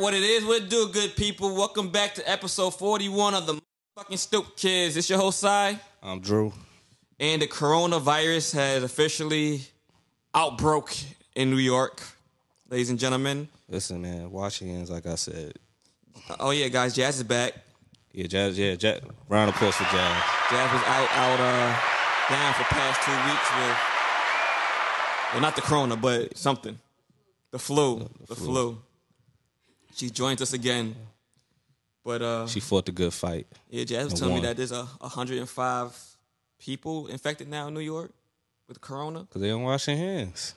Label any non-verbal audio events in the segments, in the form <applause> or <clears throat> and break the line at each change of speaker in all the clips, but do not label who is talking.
what it is. What it do, good people? Welcome back to episode 41 of the fucking Stoop Kids. It's your host, Cy.
I'm Um, Drew.
And the coronavirus has officially outbroke in New York, ladies and gentlemen.
Listen, man, wash your hands, like I said.
Oh, yeah, guys, Jazz is back.
Yeah, Jazz, yeah, Jazz. Round of applause for Jazz.
Jazz was out, out, uh, down for past two weeks with, well, not the corona, but something. The flu. The, flu. She joins us again. But, uh,
She fought the good fight.
Yeah, Jazz was
And
telling me
one.
that there's a 105 people infected now in New York with corona.
Because they don't wash their hands.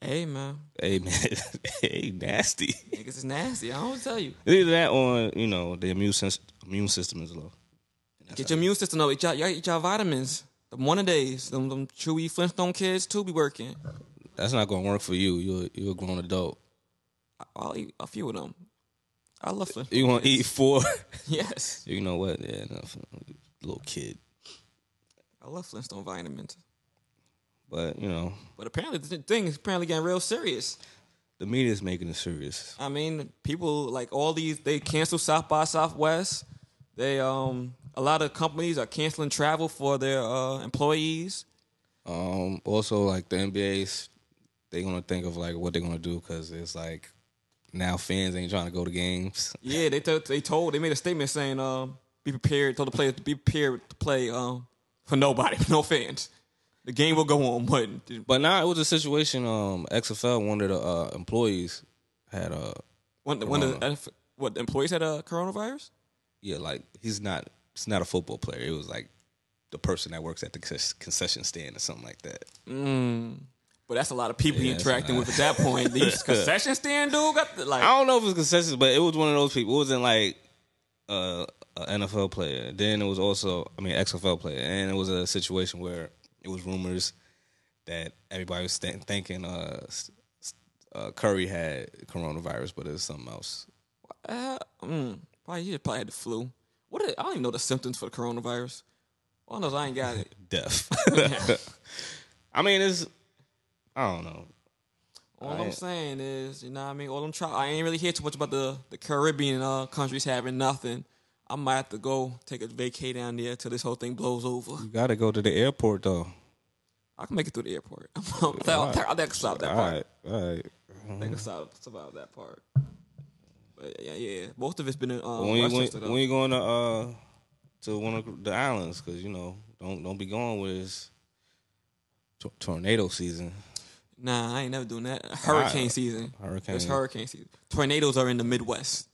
Hey, man,
<laughs> Hey, man. hey, nasty.
niggas is nasty. I don't tell you.
Either that or, you know, the immune, sys- immune system is low.
Get your immune system up. Eat y'all, y'all eat y'all vitamins. Them one a days. Them, them chewy Flintstone kids too be working.
That's not going to work for you. You're, you're a grown adult.
I- I'll eat a few of them. I love them.
You want to eat four? <laughs>
<laughs> Yes,
you know what? Yeah, no, little kid.
I love Flintstone vitamins.
But, you know,
But apparently, the thing is apparently getting real serious.
the media's making it serious.
I mean, people like all these they cancel South by Southwest. They um a lot of companies are canceling travel for their uh, employees.
Um, also, like the NBA's, they gonna think of like what they're gonna do because it's like now fans ain't trying to go to games. <laughs>
Yeah, they t- they told they made a statement saying um be prepared told the players to be prepared to play um for nobody <laughs> no fans. The game will go on, but
But now it was a situation. Um, XFL one of the uh, employees had uh, a
when when the what the employees had a coronavirus.
yeah, like he's not he's not a football player. It was like the person that works at the concess- concession stand or something like that.
But that's a lot of people
Yeah,
you're
that's
interacting
a
with at that
<laughs>
point. The concession stand dude got the, like
I don't know if it was concessions, but it was one of those people. It wasn't like uh, a NFL player. Then it was also, I mean, XFL player, and it was a situation where it was rumors that everybody was th- thinking uh, s- s- uh, Curry had coronavirus, but it's something else.
Uh, mm, probably you probably had the flu. What? Are, I don't even know the symptoms for the coronavirus. All I know is I ain't got it.
Death. <laughs> I mean, it's I don't know.
All
I-
I'm saying is, you know, what I mean, all I'm trying. I ain't really hear too much about the the Caribbean uh, countries having nothing. I might have to go take a vacay down there till this whole thing blows over.
You got to go to the airport though.
I can make it through the airport. <laughs> I'm, I'm, I'm, I'm, I think I can stop that
All
part.
right, all right.
I think I can stop, survive that part. But yeah, yeah, most of it's been in um,
When you when,
Westchester. though.
when you going to uh to one of the islands? Because you know don't don't be going with it's tor- tornado season.
Nah, I ain't never doing that. Hurricane
Alright.
season.
Hurricane.
It's hurricane season. Tornadoes are in the Midwest.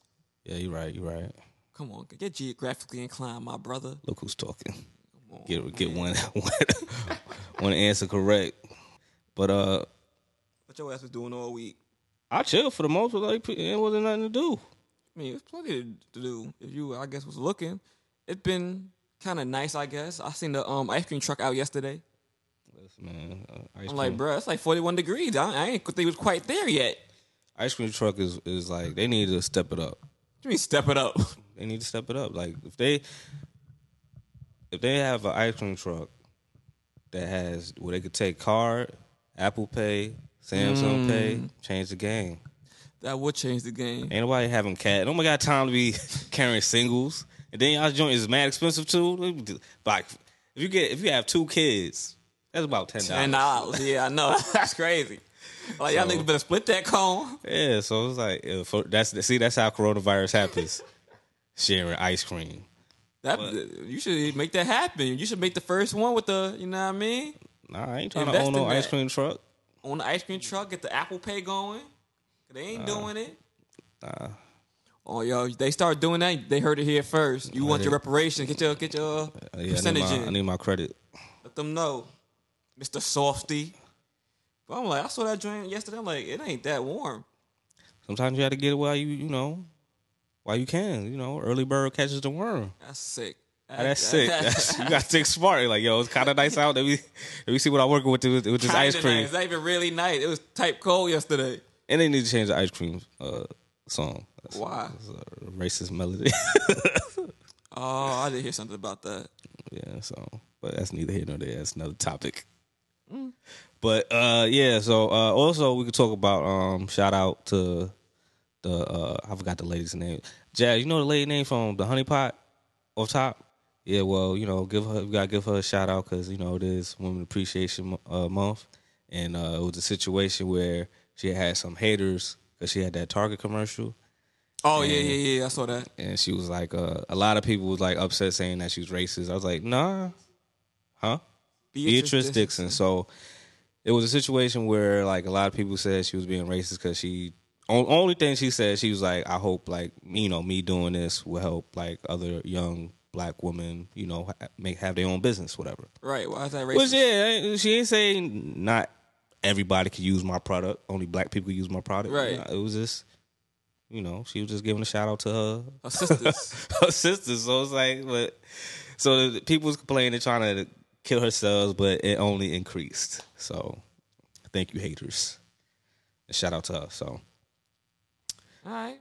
Yeah, you're right. You're right.
Come on, get geographically inclined, my brother.
Look who's talking.
Come on,
Get get
man.
one <laughs> one one answer correct. But uh,
What your ass was doing all week?
I chilled for the most. part. Like it wasn't nothing to do.
I mean, it was plenty to to do if you, I guess, was looking. It's been kind of nice, I guess. I seen the um, ice cream truck out yesterday.
Listen, man, uh, ice,
I'm
cream,
like, bro, it's like 41 degrees. I, I ain't think it was quite there yet.
ice cream truck is is like they need to step it up.
You mean step it up? <laughs>
They need to step it up. Like if they if they have an ice cream truck that has where they could take card, Apple Pay, Samsung Pay, change the game.
that would change the game.
Ain't nobody having cat. Nobody got time to be <laughs> carrying singles. And then y'all joint is mad expensive too. Like if you get if you have two kids, that's about ten
And
dollars.
dollars, yeah, I know. <laughs> That's crazy. Like, y'all niggas better split that cone.
Yeah, so it's like yeah, for, that's see that's how coronavirus happens. <laughs> Sharing ice cream.
That You should make that happen. You should make the first one with the, you know what I mean?
Nah, I ain't trying
Invest
to own no
in that.
ice cream truck.
on the ice cream truck, get the Apple Pay going. 'Cause They
Uh,
ain't doing it. Oh, yo, they start doing that. They heard it here first. You want your reparations? Get your get your
Oh, Uh, yeah, I need,
percentage
my, I
in.
need my credit.
Let them know, Mister Softy. But I'm like, I saw that joint yesterday. I'm like, it ain't that warm.
Sometimes you got to get it while you you know while you can. You know, early bird catches the worm.
That's sick.
Ah,
<laughs>
That's sick. That's, you got to think smart. Like yo, it's kind of nice out. Let me let me see what I'm working with with, with this
kinda
ice cream.
Nice. It's not even really nice. It was type cold yesterday.
And they need to change the ice cream uh, song. That's,
Why?
that's a racist melody. <laughs>
Oh, I did hear something about that.
yeah. So, but that's neither here nor there. That's another topic. But uh, yeah. So uh, also we could talk about um, shout out to the uh, I forgot the lady's name. Jazz, you know the lady name from the Honey Pot, off top. Yeah, well, you know, give her we gotta give her a shout out because you know it is Women Appreciation Mo- uh, Month, and uh, it was a situation where she had some haters because she had that Target commercial,
Oh yeah, yeah, yeah. I saw that.
and she was like, uh, a lot of people was like upset saying that she was racist. I was like, nah, huh? Beatrice Dixon. So it was a situation where like a lot of people said she was being racist because she on, only thing she said she was like, I hope like you know me doing this will help like other young black women you know ha- make have their own business whatever.
Right. Why is that racist?
Which yeah, she ain't saying not everybody could use my product. Only black people use my product.
Right.
Nah, It was just. You know, she was just giving a shout out to her
Her
<laughs>
sisters.
her sister. So it's like, but so the people's complaining, trying to kill herselves, but it only increased. So thank you, haters. And shout out to her. So,
All right.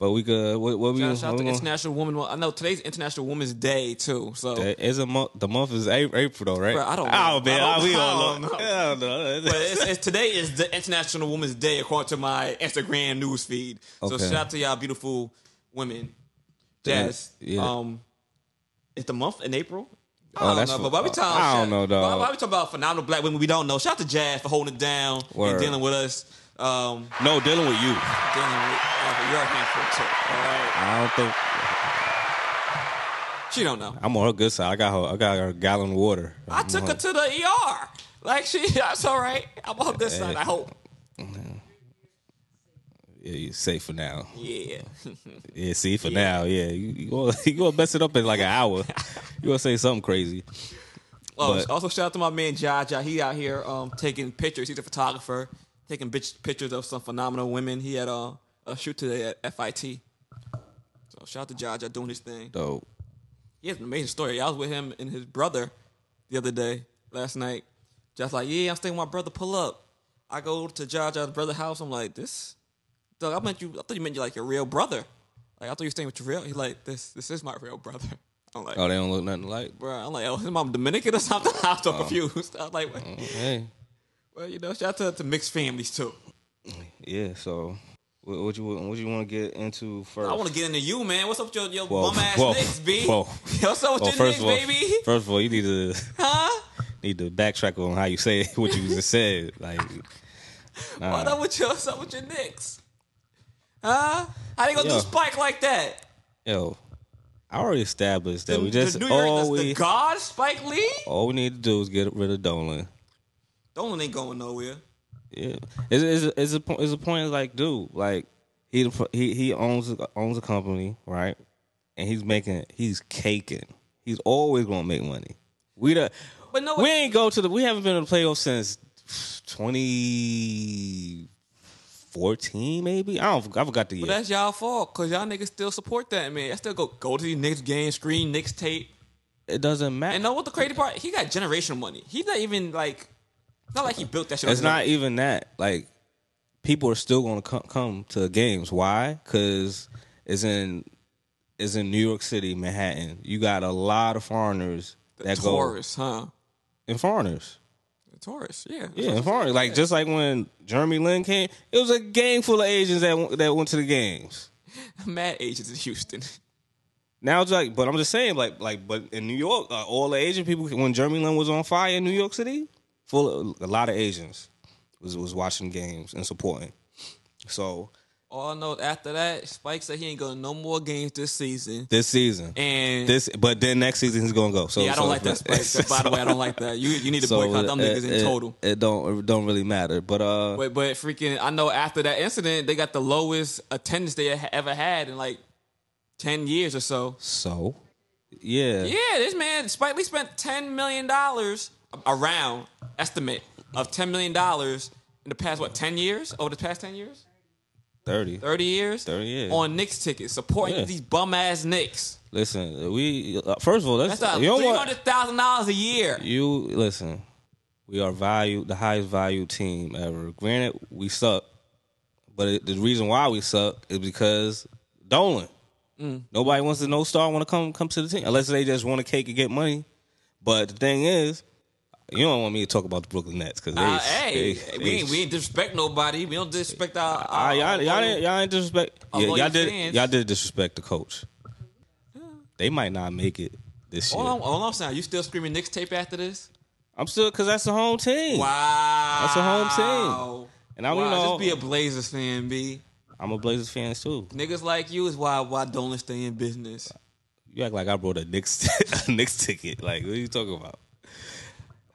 but we good. What, what we?
Shout, shout out
what
to
we gonna-
International Woman. Well, I know today's International Women's Day too. So,
That is a month. The month is A- April, though, right?
Bruh, I don't know.
Oh man,
I don't
we
know.
all
I
know.
don't know.
I don't know.
but it's, it's, today is the International Women's Day according to my Instagram news feed. So
Okay.
shout out to y'all beautiful women. Jazz.
Yeah.
Um, it's the month in April.
Oh,
I don't
that's
know,
what-
but why we talking?
I don't know,
Why,
dog.
why we talking about phenomenal black women we don't know? Shout out to Jazz for holding it down
Word.
and dealing with us. Um,
no, dealing with you.
dealing with uh, you're a handful too. All right,
I don't think
she don't know.
I'm on her good side. I got her. I got her a gallon of water.
I took her to the ER. Like she, <laughs> that's all right. I'm on this side. I hope.
Yeah, you're safe for now.
Yeah. <laughs>
Yeah, see, for now, yeah, you you gonna, <laughs> you gonna mess it up in like an hour. You gonna say something crazy.
Oh,
But-
also shout out to my man Jaja. He out here um, taking pictures. He's a photographer, taking bitch, pictures of some phenomenal women. He had uh, a shoot today at FIT. So shout out to Jaja doing his thing.
So
He has an amazing story. I was with him and his brother the other day, last night. Just like, yeah, I'm staying with my brother. Pull up. I go to Jaja's brother's house. I'm like, this, Doug. I meant you. I thought you meant you like your real brother. Like I thought you were staying with your real. He's like, this, this is my real brother. <laughs> I'm like,
oh, they don't look nothing alike.
bro. I'm like, oh, his mom Dominican or something. <laughs> I'm
Oh.
so confused. I'm like, what?
Hey,
Well, you know, shout out to, to mixed families too.
yeah. So what, what you what you want to get into first?
I want to get into you, man. What's up with your, your
Whoa,
bum ass
whoa,
Knicks, B? <laughs>
whoa.
What's up with
Well,
your
Oh, first
Knicks,
of all,
baby?
first of all, you need <laughs> to
Huh?
need to backtrack on how you say <laughs> what you just said. Like,
What up with your what's up with your Knicks? Huh? How they gonna
Yo.
do Spike like that?
yo, I already established that we
The- the
just Oh.
New York-
all
the, the
we
God Spike Lee?
all we need to do is get rid of Dolan.
Dolan ain't going nowhere.
Yeah, it's it's, it's a po- it's a point like dude, like he the pro- he he owns owns a company, right? And he's making he's caking. He's always gonna make money. We the
But no,
we ain't go to the we haven't been in the playoffs since twenty fourteen, maybe. I don't I forgot the year.
that's y'all fault because y'all niggas still support that man. I still go go to these Knicks game, screen Knicks tape.
it doesn't matter.
And know what the crazy part? He got generational money. He's not even like, not like he built that shit. on
It's
his own.
not even that. Like people are still going to come, come to games. Why? Because it's in it's in New York City, Manhattan. You got a lot of foreigners that go
Taurus, huh?
and foreigners.
Taurus, yeah.
Yeah, and foreigners. Like just like when Jeremy Lin came, it was a gang full of Asians that went- that went to the games.
<laughs> Mad agents in Houston.
Now it's like, but I'm just saying, like, like, but in New York, uh, all the Asian people. When Jeremy Lin was on fire in New York City, full of, a lot of Asians was was watching games and supporting. So
All I know is after that, Spike said he ain't going to no more games this season.
this season.
And
this, but then next season he's gonna go. So
yeah, I don't
so-
like
<laughs>
that Spike. By the way, I don't like that. You you need to
so Eh,
boycott them
it-
niggas in
it-
total.
It don't it don't really matter. But uh,
But but freaking, I know after that incident, they got the lowest attendance they ha- ever had in like ten years or so.
so yeah,
Yeah, this man Spike Lee spent ten million dollars around estimate of ten million dollars in the past what ten years? Over the past ten years.
thirty.
30 years,
30 years.
on Knicks tickets, supporting
Yeah.
these bum ass Knicks.
Listen, we uh, first of all, that's,
That's like
you don't
three
want-
hundred thousand dollars a year.
You listen. We are valued, the highest valued team ever. Granted, we suck, but it, the reason why we suck is because Dolan.
Mm.
Nobody wants to no star want to come come to the team unless they just want to cake and get money. But the thing is, You don't want me to talk about the Brooklyn Nets because
Uh, hey, we, ain't, we ain't disrespect nobody. We don't disrespect our.
Ah,
our
y'all, y'all, didn't, y'all ain't disrespect.
Our
Yeah,
loyal
y'all did.
fans.
Y'all did disrespect the coach. They might not make it this year.
all, I'm, all I'm saying, you still screaming Knicks tape after this?
I'm still because that's the home team.
Wow,
That's a home team. And I
wow,
don't know.
just be a Blazers fan, b.
I'm a Blazers fan too.
Niggas like you is why why don't stay in business.
You act like I brought a Knicks <laughs> a Knicks ticket. Like what are you talking about?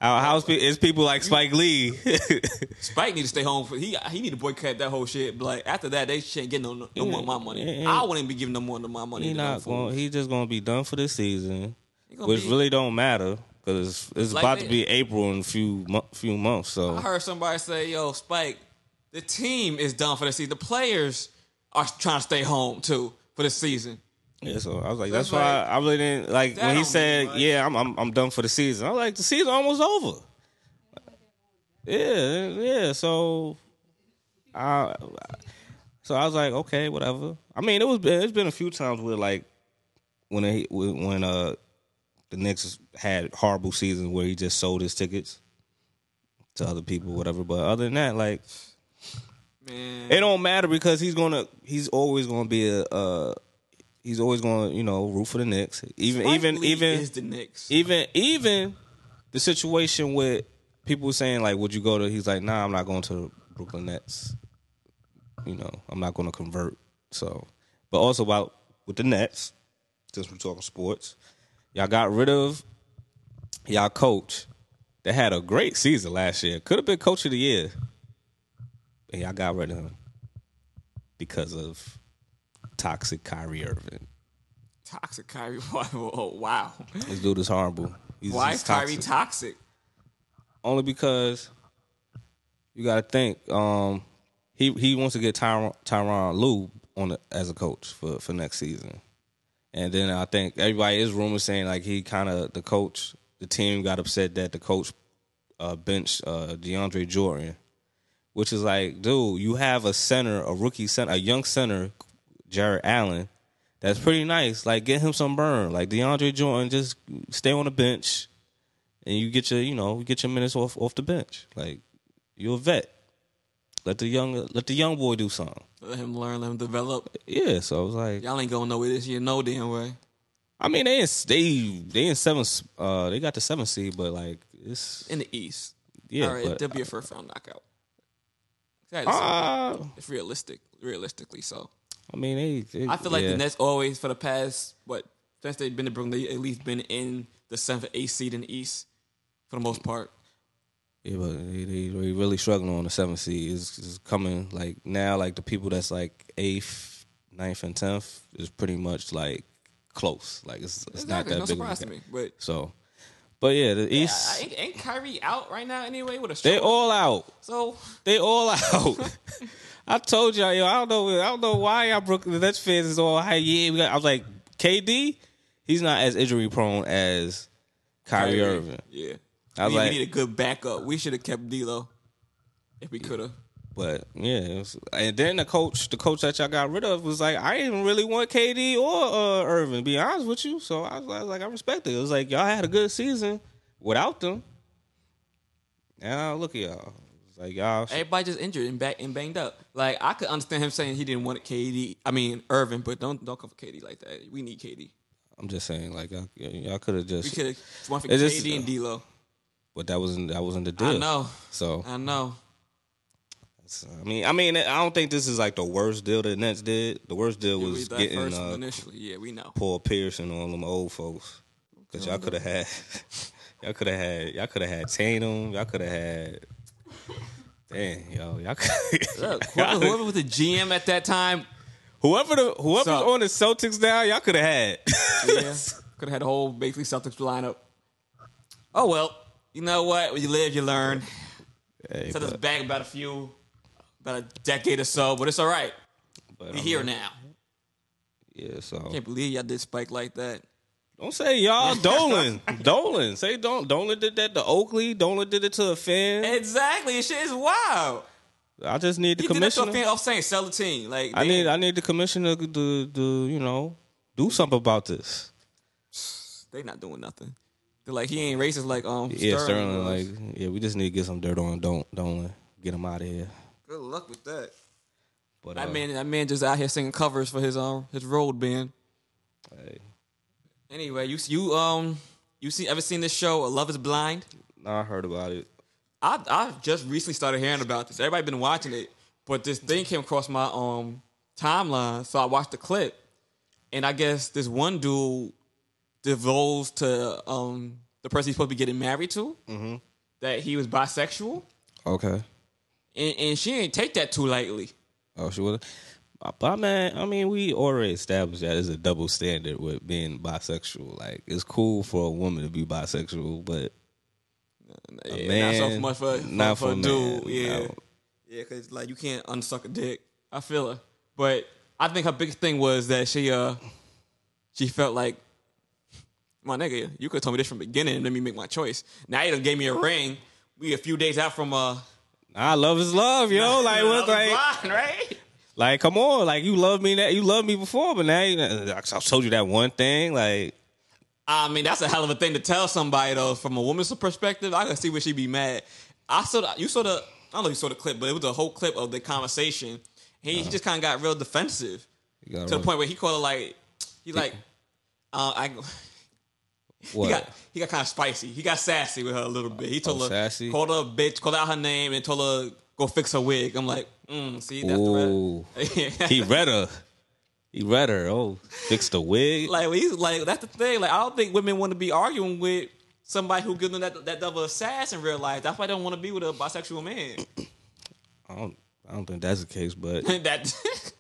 Our house pe- it's people like Spike Lee. <laughs>
Spike need to stay home. For, he he need to boycott that whole shit. But like after that, they shouldn't get no no more of my money.
Yeah.
I wouldn't be giving no more of my money.
he
to
not
them fools.
going. He just gonna be done for this season,
He gonna
which
be-
really don't matter because it's, it's
Like
about
they-
to be April in a few mo- few months. So
I heard somebody say, "Yo, Spike, the team is done for the season. The players are trying to stay home too for the season."
Yeah, so I was like,
That's
that's, why I really didn't like
That don't
when he
mean
said,
much.
"Yeah, I'm, I'm I'm done for the season." I'm like, the season almost over. Yeah, yeah. So, I so I was like, okay, whatever. I mean, it was it's been a few times where like when he when uh the Knicks had horrible seasons where he just sold his tickets to other people, whatever. But other than that, like
Man,
it don't matter because he's gonna he's always gonna be a uh he's always gonna you know root for the Knicks even
Spike
even
Lee
even e-
is the Knicks.
even even the situation with people saying like would you go to he's like nah I'm not going to the Brooklyn Nets you know I'm not going to convert so but also about with the Nets since we're talking sports y'all got rid of y'all coach that had a great season last year could have been coach of the year and y'all got rid of him because of toxic Kyrie Irving
toxic Kyrie. <laughs> Oh wow,
this dude is horrible He's-
why
he's
is Kyrie
toxic.
toxic?
only because you got to think um, he he wants to get Tyron Tyron Lue on the, as a coach for for next season, and then I think everybody is rumors saying like he kind of the coach the team got upset that the coach uh, benched uh, DeAndre Jordan, which is like dude you have a center a rookie center a young center Jared Allen. That's pretty nice. Like, get him some burn. Like DeAndre Jordan, just stay on the bench and you get your you know get your minutes off off the bench. Like you're a vet. Let the young let the young boy do something.
Let him learn. Let him develop.
Yeah, so I was like,
Y'all ain't going nowhere this year, no damn way.
I mean they in, they they in seventh uh they got the seventh seed, but like it's
In the East,
yeah,
all right,
but,
they'll be a first round knockout. That is-
uh,
it's realistic, realistically. So
I mean they, they
I feel like
yeah.
the Nets always for the past what since they've been to Brooklyn, they at least been in the seventh, eighth seed in the East for the most part.
Yeah, but they, they, they really struggling on the seventh seed. It's, it's coming like now, like the people that's like eighth, ninth, and tenth is pretty much like close. Like it's it's
Exactly, no
not that big. of a
surprise to
gap.
me. But
So, but yeah, the
I-
East.
I- ain't, ain't Kyrie out right now anyway with a
They
shoulder?
all out.
So
They all <laughs> out. I told y'all, yo, I don't know, I don't know why y'all Brooklyn Nets fans is all high. Yeah, we got, I was like, KD, he's not as injury prone as Kyrie, Irving,
yeah.
I was
we, we
like-
need a good backup. We should have kept D'Lo if we could have.
but yeah, it was- and then the coach, the coach that y'all got rid of was like, I didn't really want KD or uh, Irving. to Be honest with you, so I was, I was like, I respect it. It was like y'all had a good season without them. Now look at y'all. It's like y'all.
Everybody just injured and back and banged up. Like I could understand him saying he didn't want KD. I mean Irving, but don't don't come for KD like that. We need KD.
I'm just saying, like y'all, y'all could have
We
just.
could have one for
It's
KD
just-
and D'Lo.
But that wasn't that wasn't the deal.
I know. Uh,
So
I know.
so, I mean, I mean, I don't think this is like the worst deal the Nets did. The worst deal
It
was
that
getting
first
uh,
initially. Yeah, we know.
Paul Pierce and all them old folks. Cause y'all could have had, <laughs> y'all could have had, y'all could have had Tatum. Y'all could have had. Damn, yo, y'all. <laughs>
Look,
Could,
whoever, whoever was the GM at that time,
whoever the whoever's
Suck.
on the Celtics now, y'all could have had. <laughs>
yeah, <laughs> could have had a whole basically Celtics lineup. Oh well, you know what? When you live, you learn.
Hey,
Set us
but,
back about a few, about a decade or so, but it's all right.
but,
We
um,
here now.
Yeah, so
Can't believe y'all did Spike like that.
Don't say y'all Dolan. Dolan. Say Don Dolan did that to Oakley. Dolan did it to a fan.
Exactly, this shit is wild.
I just need the
He did that to a
commissioner.
fan off saying sell the team. Like
I
damn.
need I need the commissioner to, to you know do something about this.
they not doing nothing. They're like he ain't racist like um
Yeah, Sterling.
was.
Like, yeah, we just need to get some dirt on. Don't, don't get him out of here.
good luck with
uh,
that.
But
That
uh,
man, that man just out here singing covers for his um his road band.
hey,
Anyway, you you um you see ever seen this show Love Is Blind?
nah, I heard about it.
I I just recently started hearing about this. Everybody been watching it, but this thing came across my um timeline, so I watched the clip, and I guess this one dude divulged to um the person he's supposed to be getting married to that he was bisexual,
Okay.
and, and she didn't take that too lightly.
Oh, she was. But man, I mean, we already established that it's a double standard with being bisexual. Like, it's cool for a woman to be bisexual, but
A not so
man,
much for, for,
not
for,
for
a
a
dude.
man,
Yeah,
no.
yeah, because like you can't unsuck a dick. I feel her, but I think her biggest thing was that she uh she felt like my nigga, you could have told me this from the beginning and let me make my choice. Now you done gave me a ring. We a few days out from <laughs> uh
I love is love, yo. like,
Love Is
what, like,
Blind, right?
like, come on, like, you love me that you loved me before, but now you, I told you that one thing, like,
I mean, that's a hell of a thing to tell somebody though. From a woman's perspective, I can see where she'd be mad. I saw the, you saw the I don't know if you saw the clip, but it was a whole clip of the conversation. He,
Uh-huh.
he just kind of got real defensive
you got
to the point where he called her like he like uh, I
what?
he got <laughs> he got kind of spicy. He got sassy with her a little bit. He told her
Oh, sassy?
called her a bitch, called out her name, and told her go fix her wig. I'm like, mm, see that's
Ooh.
the red.
he read her. He read her. Oh, fixed the
<laughs>
wig.
like he's like that's the thing. Like I don't think women want to be arguing with somebody who gives them that that double sass in real life. That's why they don't want to be with a bisexual man. <laughs>
I don't. I don't think that's the case, but
that <laughs>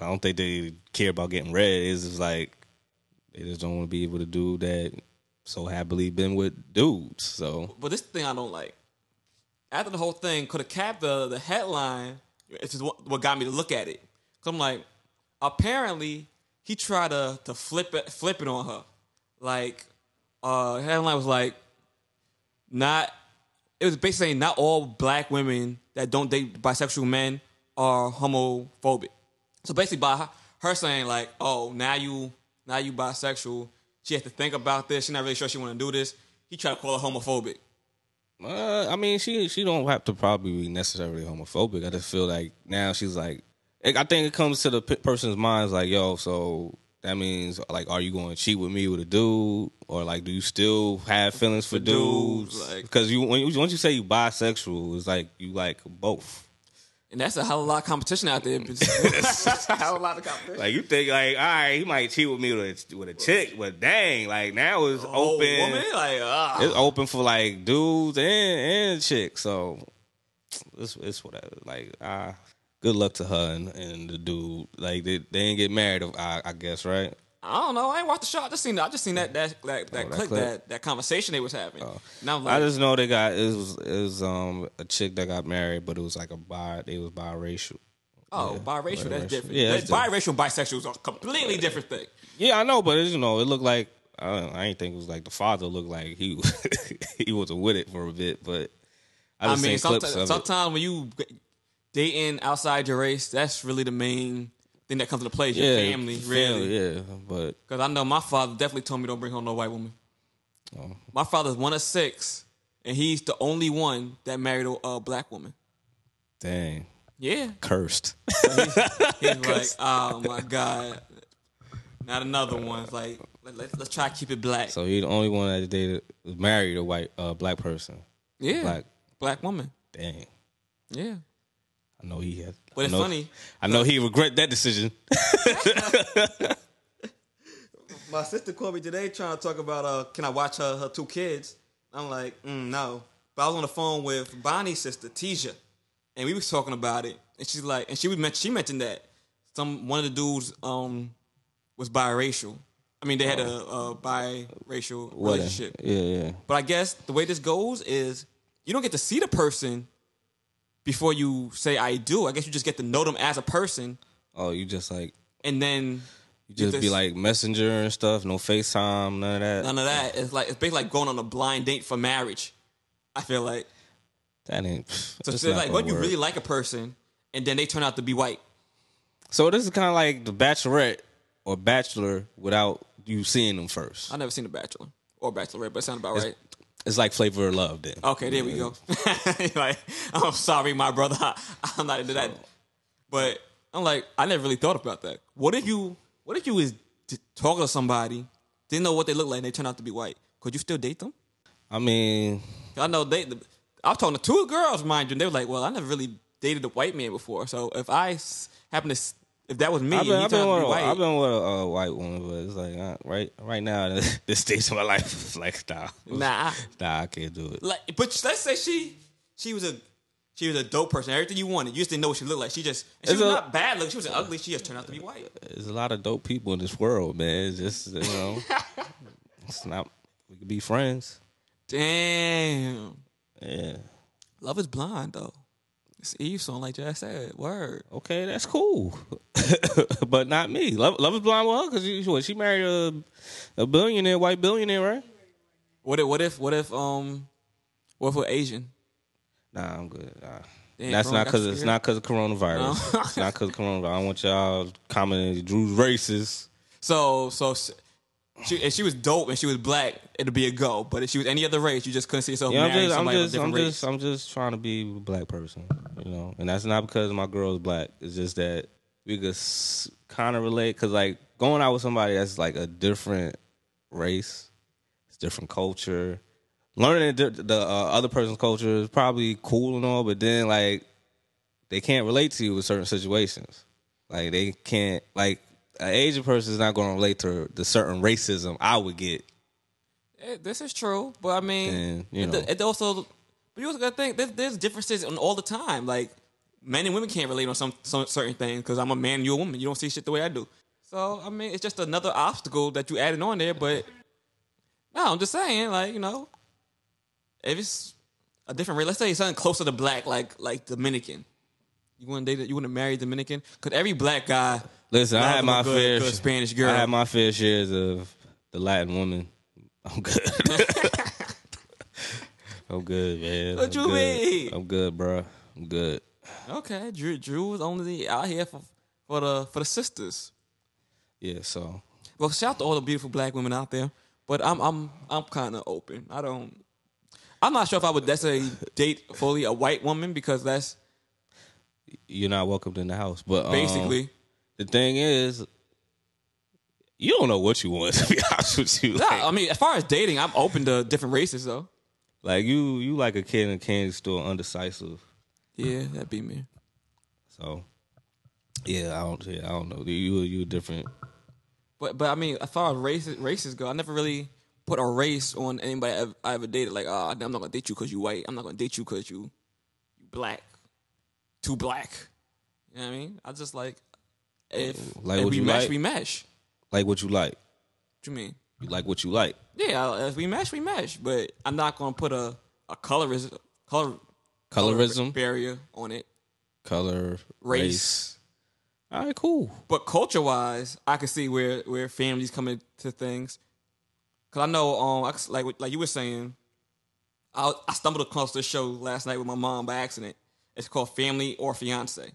I don't think they care about getting read. It's just like they just don't want to be able to do that. So happily been with dudes. So
but this thing I don't like. After the whole thing, could have capped the the headline. It's just what, what got me to look at it. i I'm like, apparently he tried to to flip it flip it on her. Like, uh, headline was like, not. It was basically saying not all black women that don't date bisexual men are homophobic. So basically, by her- her saying like, "Oh, now you now you bisexual," she has to think about this. She's not really sure she want to do this. He tried to call her homophobic.
uh, I mean, she she don't have to probably be necessarily homophobic. I just feel like now she's like, I I think it comes to the pe- person's minds like, yo, so. That means, like, are you going to cheat with me with a dude, or like, do you still have feelings for
dudes,
dudes?
like-
Because you, when you once you say you bisexual, it's like you like both.
And that's a hell of a lot of competition out there. bitch.
<laughs>
that's <laughs> a hell of a lot of competition.
Like you think, like all right, he might cheat with me with a, with a chick, but dang, like now it's
Oh,
open.
woman, like ah.
It's open for like dudes and and chicks. So it's it's whatever. Like ah, good luck to her and, and the dude. Like they, they didn't get married. I, I guess right.
I don't know. I ain't watched the show. I just seen. I just seen that that that, that,
Oh, that
clip,
clip. Oh.
that that conversation they was having. and I'm like,
I just know they got it was it was um a chick that got married, but it was like a bi. They was biracial.
oh, biracial. That's
biracial.
different.
Yeah, that's
That- biracial and bisexual is a completely different thing.
Yeah, I know, but it's, you know, it looked like I, don't, I didn't think it was like the father looked like he was- <laughs> he wasn't with it for a bit, but I
I
just
mean,
seen clips
sometimes,
of it.
sometimes when you g- dating outside your race, that's really the main thing that comes into play. is Your
Yeah,
family, really.
family, yeah, but
Because I know my father definitely told me don't bring home no white woman. My father's one of six, and he's the only one that married a uh, black woman.
dang,
Yeah.
cursed.
He's <laughs> like, oh my God. Not another one. It's like, let, let, let's try to keep it black.
so he the only one that dated married a white uh, black person.
yeah. Black.
black.
woman.
Dang,
Yeah.
I know he had.
But
I
it's
know-
funny.
I know he regret that decision.
My sister called me today trying to talk about uh, can I watch her, her two kids? I'm like, mm, no. But I was on the phone with Bonnie's sister, Tisha, and we was talking about it. And she's like, and she was men- she mentioned that some one of the dudes um was biracial. I mean, they had a, a biracial
Oh. What a-
relationship.
uh, Yeah, yeah.
But I guess the way this goes is you don't get to see the person before you say I do. I guess you just get to know them as a person,
Oh, you just like
and then
you just be
just-
like messenger and stuff. No FaceTime, none of that.
none of that. It's like it's basically like going on a blind date for marriage. I feel like
That ain't.
so.
it's
it's
not
like
gonna
when you
work.
really like a person, and then they turn out to be white.
So this is kind of like the Bachelorette or Bachelor without you seeing them first.
I never seen The Bachelor or bachelorette, but it sounds about right.
It's like Flavor of Love. Then
Okay, there we go. <laughs> like, I'm sorry, my brother. <laughs> I, I'm not into that. But I'm like, I never really thought about that. What if you, what if you was t- talking to somebody, didn't know what they look like, and they turn out to be white? Could you still date them?
I mean,
I know they. The, I was talking to two girls, mind you, and they were like, "Well, I never really dated a white man before, so if I s- happen to, s- if that was me,
I've been,
and you
I've
turned
been,
out
with,
to
a,
be white,
I've been with a, uh, white woman, but it's like uh, right right now <laughs> this stage of my life is like nah,
nah." I-
nah, I can't do it.
Like, but let's say she, she was a, she was a dope person. Everything you wanted, you just didn't know what she looked like. She just, and she
It's
was
a-
not bad looking. She was ugly. She just turned out to be white.
There's a lot of dope people in this world, man. It's just you know, <laughs> it's not. We could be friends.
Damn,
Yeah.
love is blind though. It's Eve song, like Jazz said. Word.
Okay, that's cool, <laughs> but not me. Love, love is blind with her because she, what, she married a, a billionaire, white billionaire, right?
What if? What if? What if? Um, what if we're Asian?
Nah, I'm good. Nah.
Damn,
That's
Corona got
not because
you
it's
scared? Oh.
not because of coronavirus.
No.
it's not because of coronavirus. I don't want y'all commenting. Drew's racist.
So so s- she if she was dope and she was black, it'd be a go. But if she was any other race, you just couldn't see yourself
Yeah, I'm
marrying
just, I'm
somebody
just,
of a
I'm
different race.
just, I'm just trying to be a black person, you know. And that's not because my girl's black. It's just that we could kind of relate because, like, going out with somebody that's like a different race, it's different culture. Learning the, the uh, other person's culture is probably cool and all, but then like they can't relate to you with certain situations. Like they can't like an Asian person is not going to relate to the certain racism I would get.
Eh, this is true, but I mean,
And, you
it,
know.
it also. But you also gotta think there's, there's differences on all the time. Like men and women can't relate on some some certain things because I'm a man, you're a woman. You don't see shit the way I do. So I mean, it's just another obstacle that you added on there. But no, I'm just saying, like you know, if it's a different race, let's say something closer to black, like like Dominican. You wouldn't date, you wouldn't marry Dominican because every black guy.
Listen, I
loves
had
him a
my
good-
fair
good
sh-
Spanish girl.
I had my fair shares of the Latin woman. I'm good. <laughs> I'm good, man.
What
I'm
you
good.
mean?
I'm good, bro. I'm good.
Okay, Drew Drew was only out here for for the for the sisters.
Yeah, so
Well, shout out to all the beautiful black women out there. But I'm I'm I'm kind of open. I don't. I'm not sure if I would necessarily date fully a white woman because that's
you're not welcomed in the house. But um,
basically.
the thing is, you don't know what you want. <laughs> To be honest with you, like,
Nah, I mean, as far as dating, I'm open to different races though.
like you, you like a kid in a candy store, undecisive.
Yeah, that'd be me.
So, yeah, I don't, yeah, I don't know. You, you different.
But but I mean, as far as races races go, I never really put a race on anybody I've- I ever dated. Like, ah, I'm not gonna date you because you white. I'm not gonna date you because you you black, too black. You know what I mean? I just like if,
Like
if
what
we
you
mesh,
like?
we mesh.
Like what you like.
What you mean?
You like what you like.
Yeah, I- if we mesh, we mesh. But I'm not gonna put a a colorism color
Colorism,
barrier on it.
color,
Race.
All right, cool.
But culture wise, I can see where where families come into things. Cause I know, um, I s like like you were saying, I I stumbled across this show last night with my mom by accident. It's called Family or Fiance.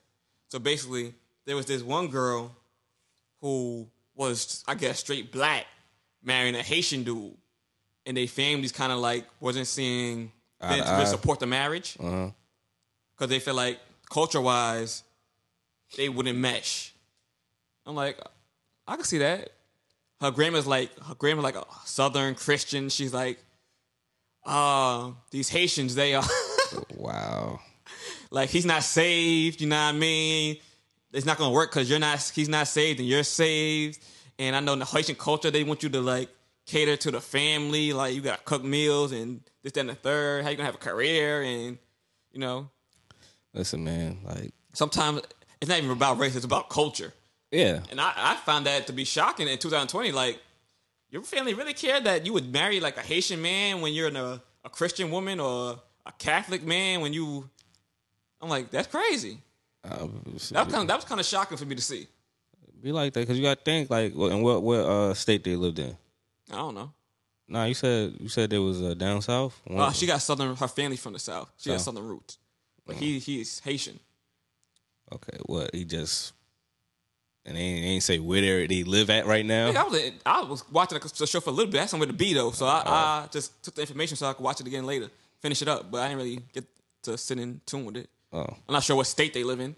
So basically, there was this one girl who was, I guess, straight black, marrying a Haitian dude, and they families kind of like wasn't seeing
Eye
them
to
to really
eye.
support the marriage
Uh-huh.
because they feel like culture wise they wouldn't mesh. I'm like, I can see that. Her grandma's like her grandma's like a Southern Christian. She's like, uh, these Haitians, they are <laughs>
Wow.
like he's not saved. You know what I mean? It's not gonna work because you're not. He's not saved, and you're saved. And I know in the Haitian culture, they want you to like cater to the family. Like you gotta cook meals and this, that, and the third. How you gonna have a career? And you know,
Listen, man. Like,
sometimes it's not even about race, it's about culture.
yeah.
And I, I found that to be shocking in 2020. Like, your family really cared that you would marry like a Haitian man when you're in a, a Christian woman or a Catholic man when you. I'm like, that's crazy.
Uh,
That was kind of, that was kind of shocking for me to see.
be like that because you got to think like wh- in what what uh, state they lived in.
I don't know.
Nah, you said you said there was uh, down south.
Uh, she got southern. Her family from the south. She has
Oh. Mm.
southern roots, but he he's Haitian.
okay, what he just and they ain't, they ain't say where they they live at right
I
now.
was I was watching the show for a little bit. I had somewhere to be though, so I,
Oh.
I just took the information so I could watch it again later, finish it up. But I didn't really get to sit in tune with it.
Oh,
I'm not sure what state they live in.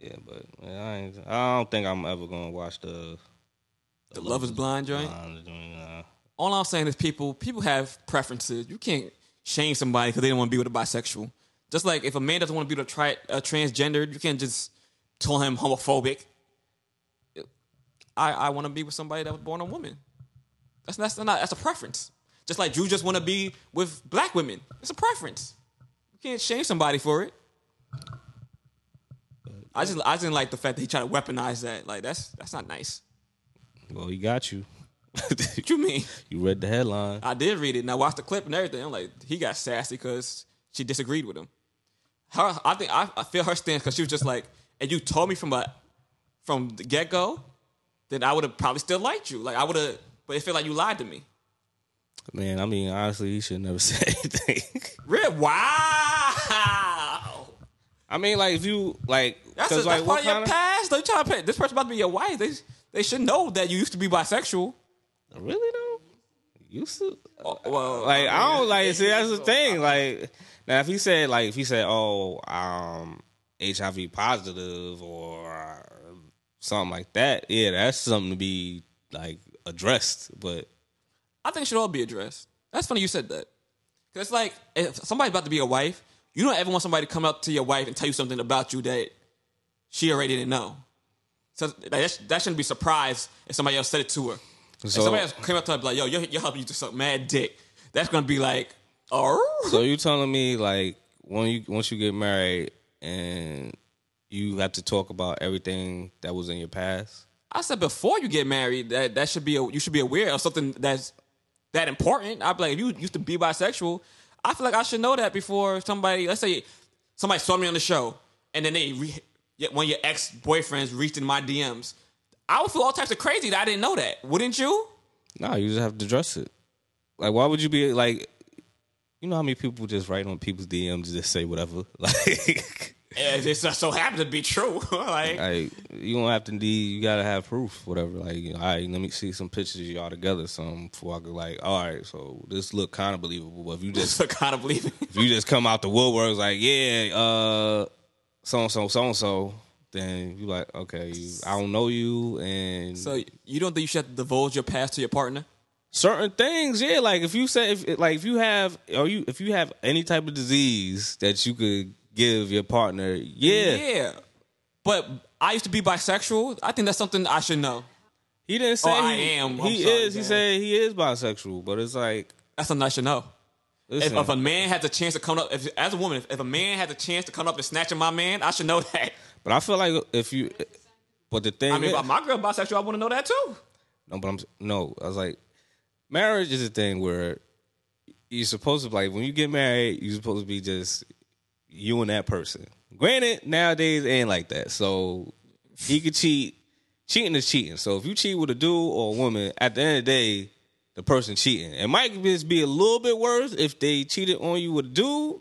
yeah, but yeah, I, ain't, I don't think I'm ever gonna watch the.
The Love is Blind joint.
Uh,
All I'm saying is people people have preferences. You can't shame somebody because they don't want to be with a bisexual. Just like if a man doesn't want to be with a, tri- a transgendered, you can't just tell him homophobic. I, I want to be with somebody that was born a woman. That's that's not that's a preference. Just like Jews just want to be with black women. It's a preference. You can't shame somebody for it. I just I just didn't like the fact that he tried to weaponize that. Like that's that's not nice.
well, he got you. <laughs>
What you mean?
you read the headline.
I did read it and I watched the clip and everything. I'm like, he got sassy because she disagreed with him. Her, I think I, I feel her stance because she was just like, and you told me from a, from the get go, then I would have probably still liked you. Like I would have, but it felt like you lied to me.
Man, I mean, honestly, he should never <laughs> say anything.
Real wow.
I mean, like if you like,
That's, a,
'cause,
that's
like
part of your
kinda-
past. They're trying to pay, this person about to be your wife. They they should know that you used to be bisexual.
Really though? Used to
Oh, well,
like I don't like see that's the
So,
thing. Like now if he said like if he said, Oh, um HIV positive or uh, something like that, yeah, that's something to be like addressed. But
I think it should all be addressed. That's funny you said that. Because it's like, if somebody's about to be a wife, you don't ever want somebody to come up to your wife and tell you something about you that she already didn't know. So like, that, sh- that shouldn't be surprised if somebody else said it to her. If
So-
somebody else came up to her and be like, yo, you're, you're helping you to suck mad dick. That's going to be like, oh.
so you telling me like when you once you get married and you have to talk about everything that was in your past?
I said before you get married that that should be a, you should be aware of something that's that important. I'd be like, if you used to be bisexual, I feel like I should know that before somebody. Let's say somebody saw me on the show, and then they re, yet one of your ex boyfriends reached in my DMs. I would feel all types of crazy that I didn't know that. Wouldn't you?
No, you just have to address it. Like, why would you be like? You know how many people just write on people's DMs to just say whatever. <laughs> Like,
If it's not so happened to be true, <laughs> like
like you don't have to need. You gotta have proof, whatever. Like, you know, all right, let me see some pictures of y'all together, some before I could like, all right, so this look kind of believable. But if you just
so kind of believe it.
if you just come out the woodwork, like, yeah, uh, so and so, so and so, then you like, okay, you, I don't know you, and
So you don't think you should have to divulge your past to your partner?
certain things yeah like if you say if like if you have or you if you have any type of disease that you could give your partner yeah,
yeah. But I used to be bisexual. I think that's something I should know.
he didn't say
Oh, I
he,
am. I'm
he
sorry,
is he
man.
said he is bisexual but it's like
That's something I should know. If,
listen,
if a man has a chance to come up, if, as a woman, if, if a man has a chance to come up and snatch at my man, I should know <laughs> that.
but i feel like if you but the thing
I mean,
is,
if my girl bisexual, I want to know that too.
no but i'm no i was like marriage is a thing where you're supposed to like when you get married you're supposed to be just you and that person granted nowadays it ain't like that so he could cheat cheating is cheating so if you cheat with a dude or a woman at the end of the day the person cheating it might just be a little bit worse if they cheated on you with a dude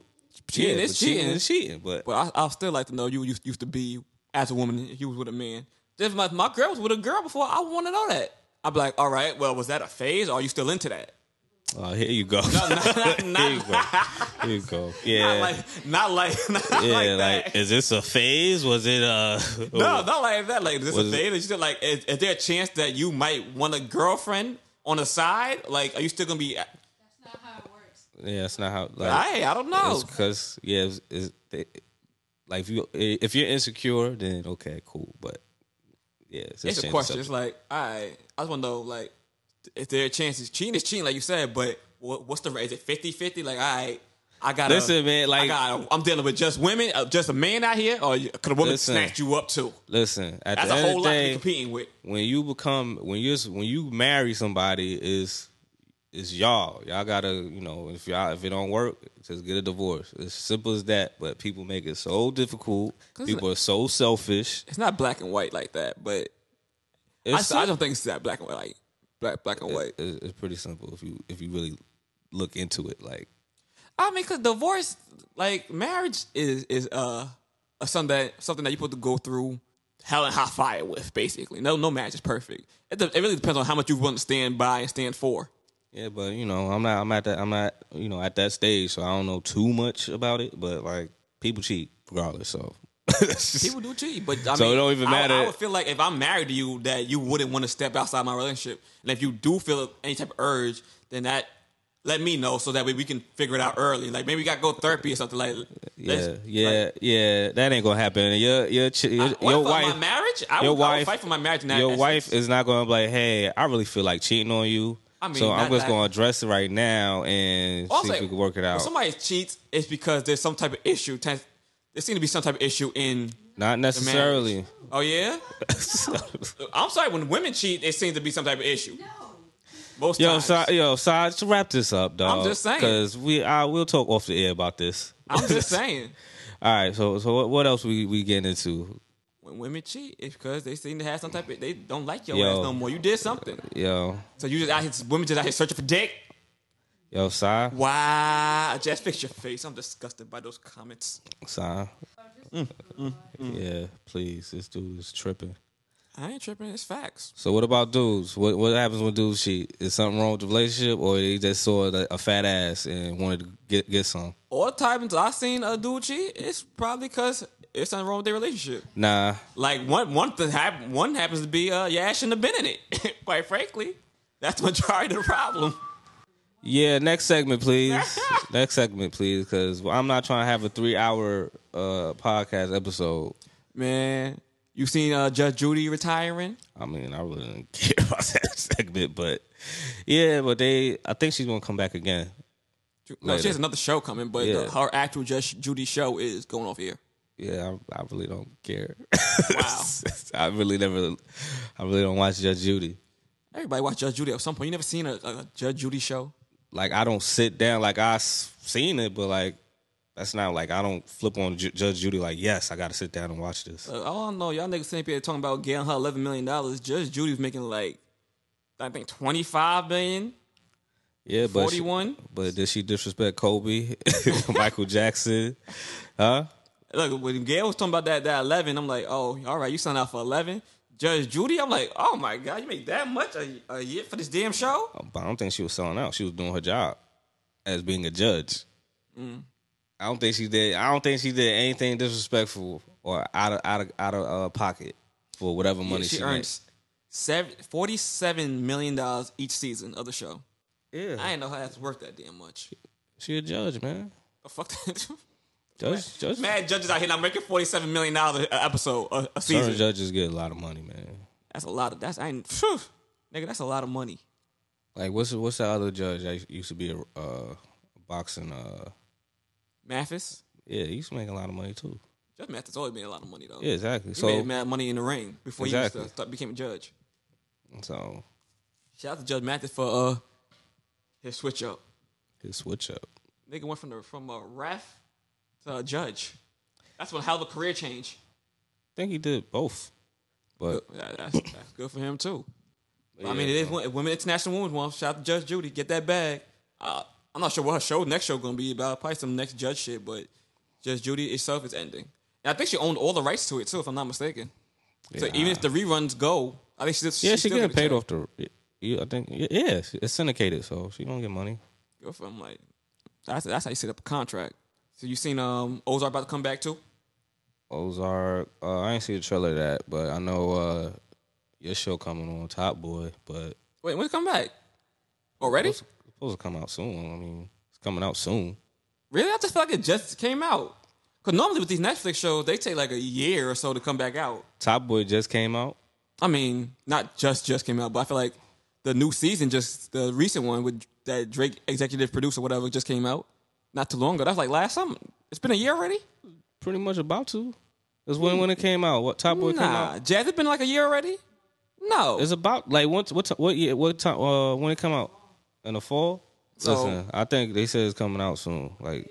Cheating is
but
cheating.
is cheating but
But I, I'd still like to know you used, used to be as a woman. If you was with a man. If my, my girl was with a girl before, I want to know that. I'd be like, all right, well, was that a phase? Or are you still into that? <laughs>
oh here you go
Not,
here you
not,
go here you go yeah
not like, not like, <laughs> not
yeah
like that.
like, is this a phase was it uh
No, not like that. Like this
What
is
is
a thing. It's just like, is, is there a chance that you might want a girlfriend on the side? Like, are you still gonna be?
That's not how it works.
yeah that's not how like,
I I don't know.
because yeah, it's, it's, they, like if you if you're insecure, then okay, cool. But yeah, it's,
It's a question. It's like, all right, I just want to know, like, if there are chances. Cheating is cheating, like you said, but what, what's the rate? Is it 50 50? Like, all right, I got
Listen, man,
I
like-
gotta, I'm dealing with just women, uh, just a man out here, or you- could a woman
Listen.
snatch you up too?
Listen, at
That's
the
a
end
whole
of
lot
the
to
day,
be competing with.
when you become when you when you marry somebody is is y'all y'all gotta you know if y'all if it don't work just get a divorce it's simple as that but people make it so difficult people are so selfish
It's not black and white like that, but I,
it's,
I don't think it's that black and white. Like, black, black and white.
it's, it's pretty simple if you if you really look into it like
I mean, cause divorce, like marriage, is is uh a something that something that you put to go through hell and hot fire with, basically. No, no match is perfect. It, de- it really depends on how much you want to stand by and stand for.
Yeah, but you know, I'm not. I'm at that. I'm not. You know, at that stage, so I don't know too much about it. But like, people cheat regardless. So It's just-
People do cheat, but I
So
mean,
it don't even
I- I,
matter.
would feel like if I'm married to you, that you wouldn't want to step outside my relationship, and if you do feel any type of urge, then that let me know so that way we can figure it out early. Like maybe we got to go therapy or something. Like
yeah,
let's-
yeah,
like,
yeah. That ain't gonna happen. Your your ch- your,
what,
your
for
wife.
my marriage, I would, I
your
would
wife-
fight for my marriage. in that
your
essence.
wife is not gonna be like, hey, I really feel like cheating on you.
I mean,
so I'm
not
just
that-
gonna address it right now and see if we can work it out.
When somebody cheats, it's because there's some type of issue. Ten- There seems to be some type of issue in
Not
the marriage.
necessarily.
Oh
<laughs>
yeah, I'm sorry. When women cheat, it seems to be some type of issue. Most
yo,
times.
so, yo, Saj, to wrap this up, dog.
just saying.
because we I, we'll talk off the air about this.
I'm
<laughs>
just saying.
All right, so so what, what else we we getting into?
when women cheat, it's because they seem to have some type of they don't like your
Yo.
ass no more. You did something,
Yo,
so you just out here, women just out here searching for dick.
yo, Sai,
Wow, just fix your face. I'm disgusted by those comments.
Sai. Yeah, please, this dude is tripping.
I ain't tripping. It's facts.
So what about dudes? What what happens when dudes cheat? Is something wrong with the relationship, or they just saw the, a fat ass and wanted to get get some?
All times I seen a dude cheat, it's probably because it's something wrong with their relationship.
Nah,
Like one one thing happen, one happens to be uh, your ass shouldn't have been in it. <laughs> Quite frankly, that's the majority of the problem.
Yeah, next segment, please. next segment, please, because I'm not trying to have a three hour uh, podcast episode.
Man, you seen uh, Judge Judy retiring?
I mean, I really didn't <laughs> care about that segment, but yeah, but they, I think she's gonna come back again.
No, she
Later.
has another show coming, but
Yeah.
the- her actual Judge Judy show is going off here.
Yeah, I, I really don't care. <laughs>
Wow.
I really never, I really don't watch Judge Judy.
Everybody watched Judge Judy at some point. You never seen a, a Judge Judy show?
Like, I don't sit down. Like, I s- seen it, but like, that's not like I don't flip on Ju- Judge Judy. Like, yes, I got to sit down and watch this.
Uh, all I know, y'all niggas sitting up here talking about getting her eleven million dollars. Judge Judy was making like, I think twenty five million.
Yeah, but she-
41?
But did she
<laughs>
disrespect Kobe, <laughs> Michael Jackson? Huh?
Look, when Gail was talking about that that eleven, I'm like, oh, all right, you signed out for eleven. Judge Judy, I'm like, oh my god, you make that much a, a year for this damn show?
But I don't think she was selling out. She was doing her job as being a judge.
Mm.
I don't think she did. I don't think she did anything disrespectful or out of out of out of uh, pocket for whatever money
she,
she,
earns seven, forty seven million dollars each season of the show.
made. Yeah,
I didn't know her ass worth that damn much.
she a judge, man.
Oh, fuck that. <laughs>
Judge, judge.
Mad judges out here not making forty seven million dollars an episode a, a
certain
season.
judges get a lot of money, man.
That's a lot of that's I ain't phew, nigga. That's a lot of money.
Like what's what's that other judge that used to be a uh, boxing? Uh,
Mathis,
yeah, he used to make a lot of money too.
Judge Mathis always made a lot of money though.
Yeah, exactly.
he
so
made mad money in the ring before he
Exactly.
used to start, became a judge.
so
Shout out to Judge Mathis for uh his switch up.
his switch up.
Nigga went from the, from a ref to a judge. That's one hell of a career change.
I think he did both. But
Yeah, That's, that's good for him too. I mean, it is one- women international women's one. Shout out to Judge Judy, get that bag. Uh, I'm not sure what her show next show gonna be about. Probably some next judge shit, but Judge Judy itself is ending. And I think she owned all the rights to it too, if I'm not mistaken. So
Yeah.
even if the reruns go, I think she's
yeah, she
still
getting
gonna
paid
check.
off the. Yeah, I think yeah, it's syndicated, so she gonna get money.
Good for him, like that's that's how you set up a contract. So you seen um Ozark about to come back too?
Ozark. Uh, I ain't see the trailer of that, but I know uh, your show coming on Top Boy, but
Wait, when it come back? Already?
it's supposed to come out soon. I mean, it's coming out soon.
Really? I just feel like it just came out. Cause normally with these Netflix shows, they take like a year or so to come back out.
Top Boy just came out.
I mean, not just just came out, but I feel like the new season, just the recent one with that Drake executive producer, whatever, just came out not too long ago. That's like last summer. It's been a year already.
Pretty much about to. It's when when it came out. What Top Boy came out?
Nah, Jazz, it's been like a year already. No,
It's about like what what ti- what year what time uh, when it come out in the fall.
So-
Listen, I think they said it's coming out soon. Like,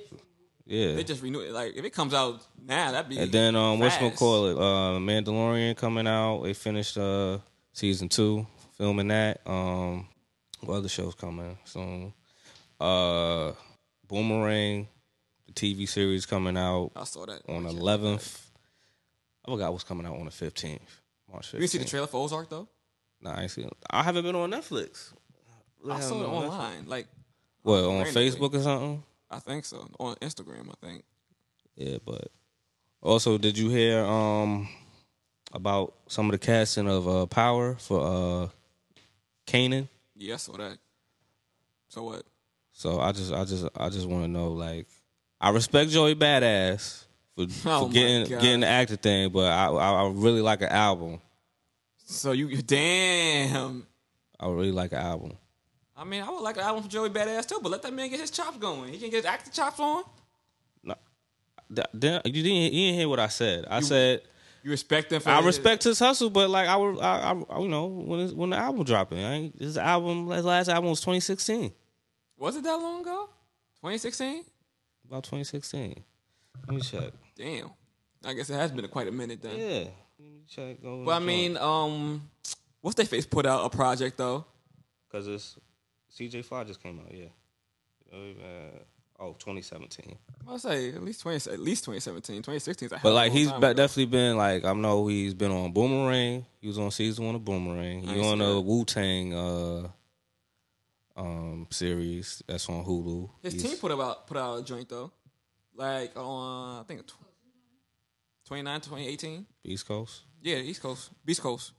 yeah,
they just renewed it. Like if it comes out now, that'd be.
And then um, what's gonna
fast.
call it? Uh, Mandalorian coming out. They finished uh season two, filming that. Um, what other shows coming soon? Uh, Boomerang, the TV series coming out
I saw that.
on eleventh. I forgot what's coming out on the fifteenth, March
You didn't see the
fifteenth.
trailer for Ozark though?
Nah, I ain't seen it. I haven't been on Netflix.
I saw it
haven't been on Netflix.
online. Like
What on
Randomly.
Facebook or something?
I think so on Instagram. I think.
Yeah, but also, did you hear um about some of the casting of uh, Power for uh Kanan?
Yeah, I saw that. So what?
So I just, I just, I just want to know. Like, I respect Joey Badass for,
<laughs> Oh
for
my
getting
God.
getting the actor thing, but I, I, I really like an album.
So you <laughs> damn.
I really like an album.
I mean, I would like an album for Joey Badass too, but let that man get his chops going. He can get his acting chops on.
No, th- th- you didn't, you didn't hear what I said. I said
You respect him. For
I
his-
respect his hustle, but like I, would- I, I- I- you know, when it's, when the album dropping, I ain't, his album, his last album was 2016,
Was it that long ago? 2016.
about 2016. Let me check.
Damn. I guess it has been quite a minute then.
Yeah, let me check. Go
But I mean, um, what's their face put out a project though?
because it's CJ Fly just came out. Yeah. Uh, oh, 2017.
I would say at least 20, at least 2017, 2016. 's a hell
But
of a
like
long
he's
time
be-
ago.
definitely been like I know he's been on Boomerang. He was on season one of Boomerang.
I
He
ain't
on
see
a
that.
Wu Tang uh um series that's on Hulu.
His
He's-
team put out put out a joint though, like on I think tw- 29, 2018.
East Coast.
Yeah, East Coast, Beast Coast.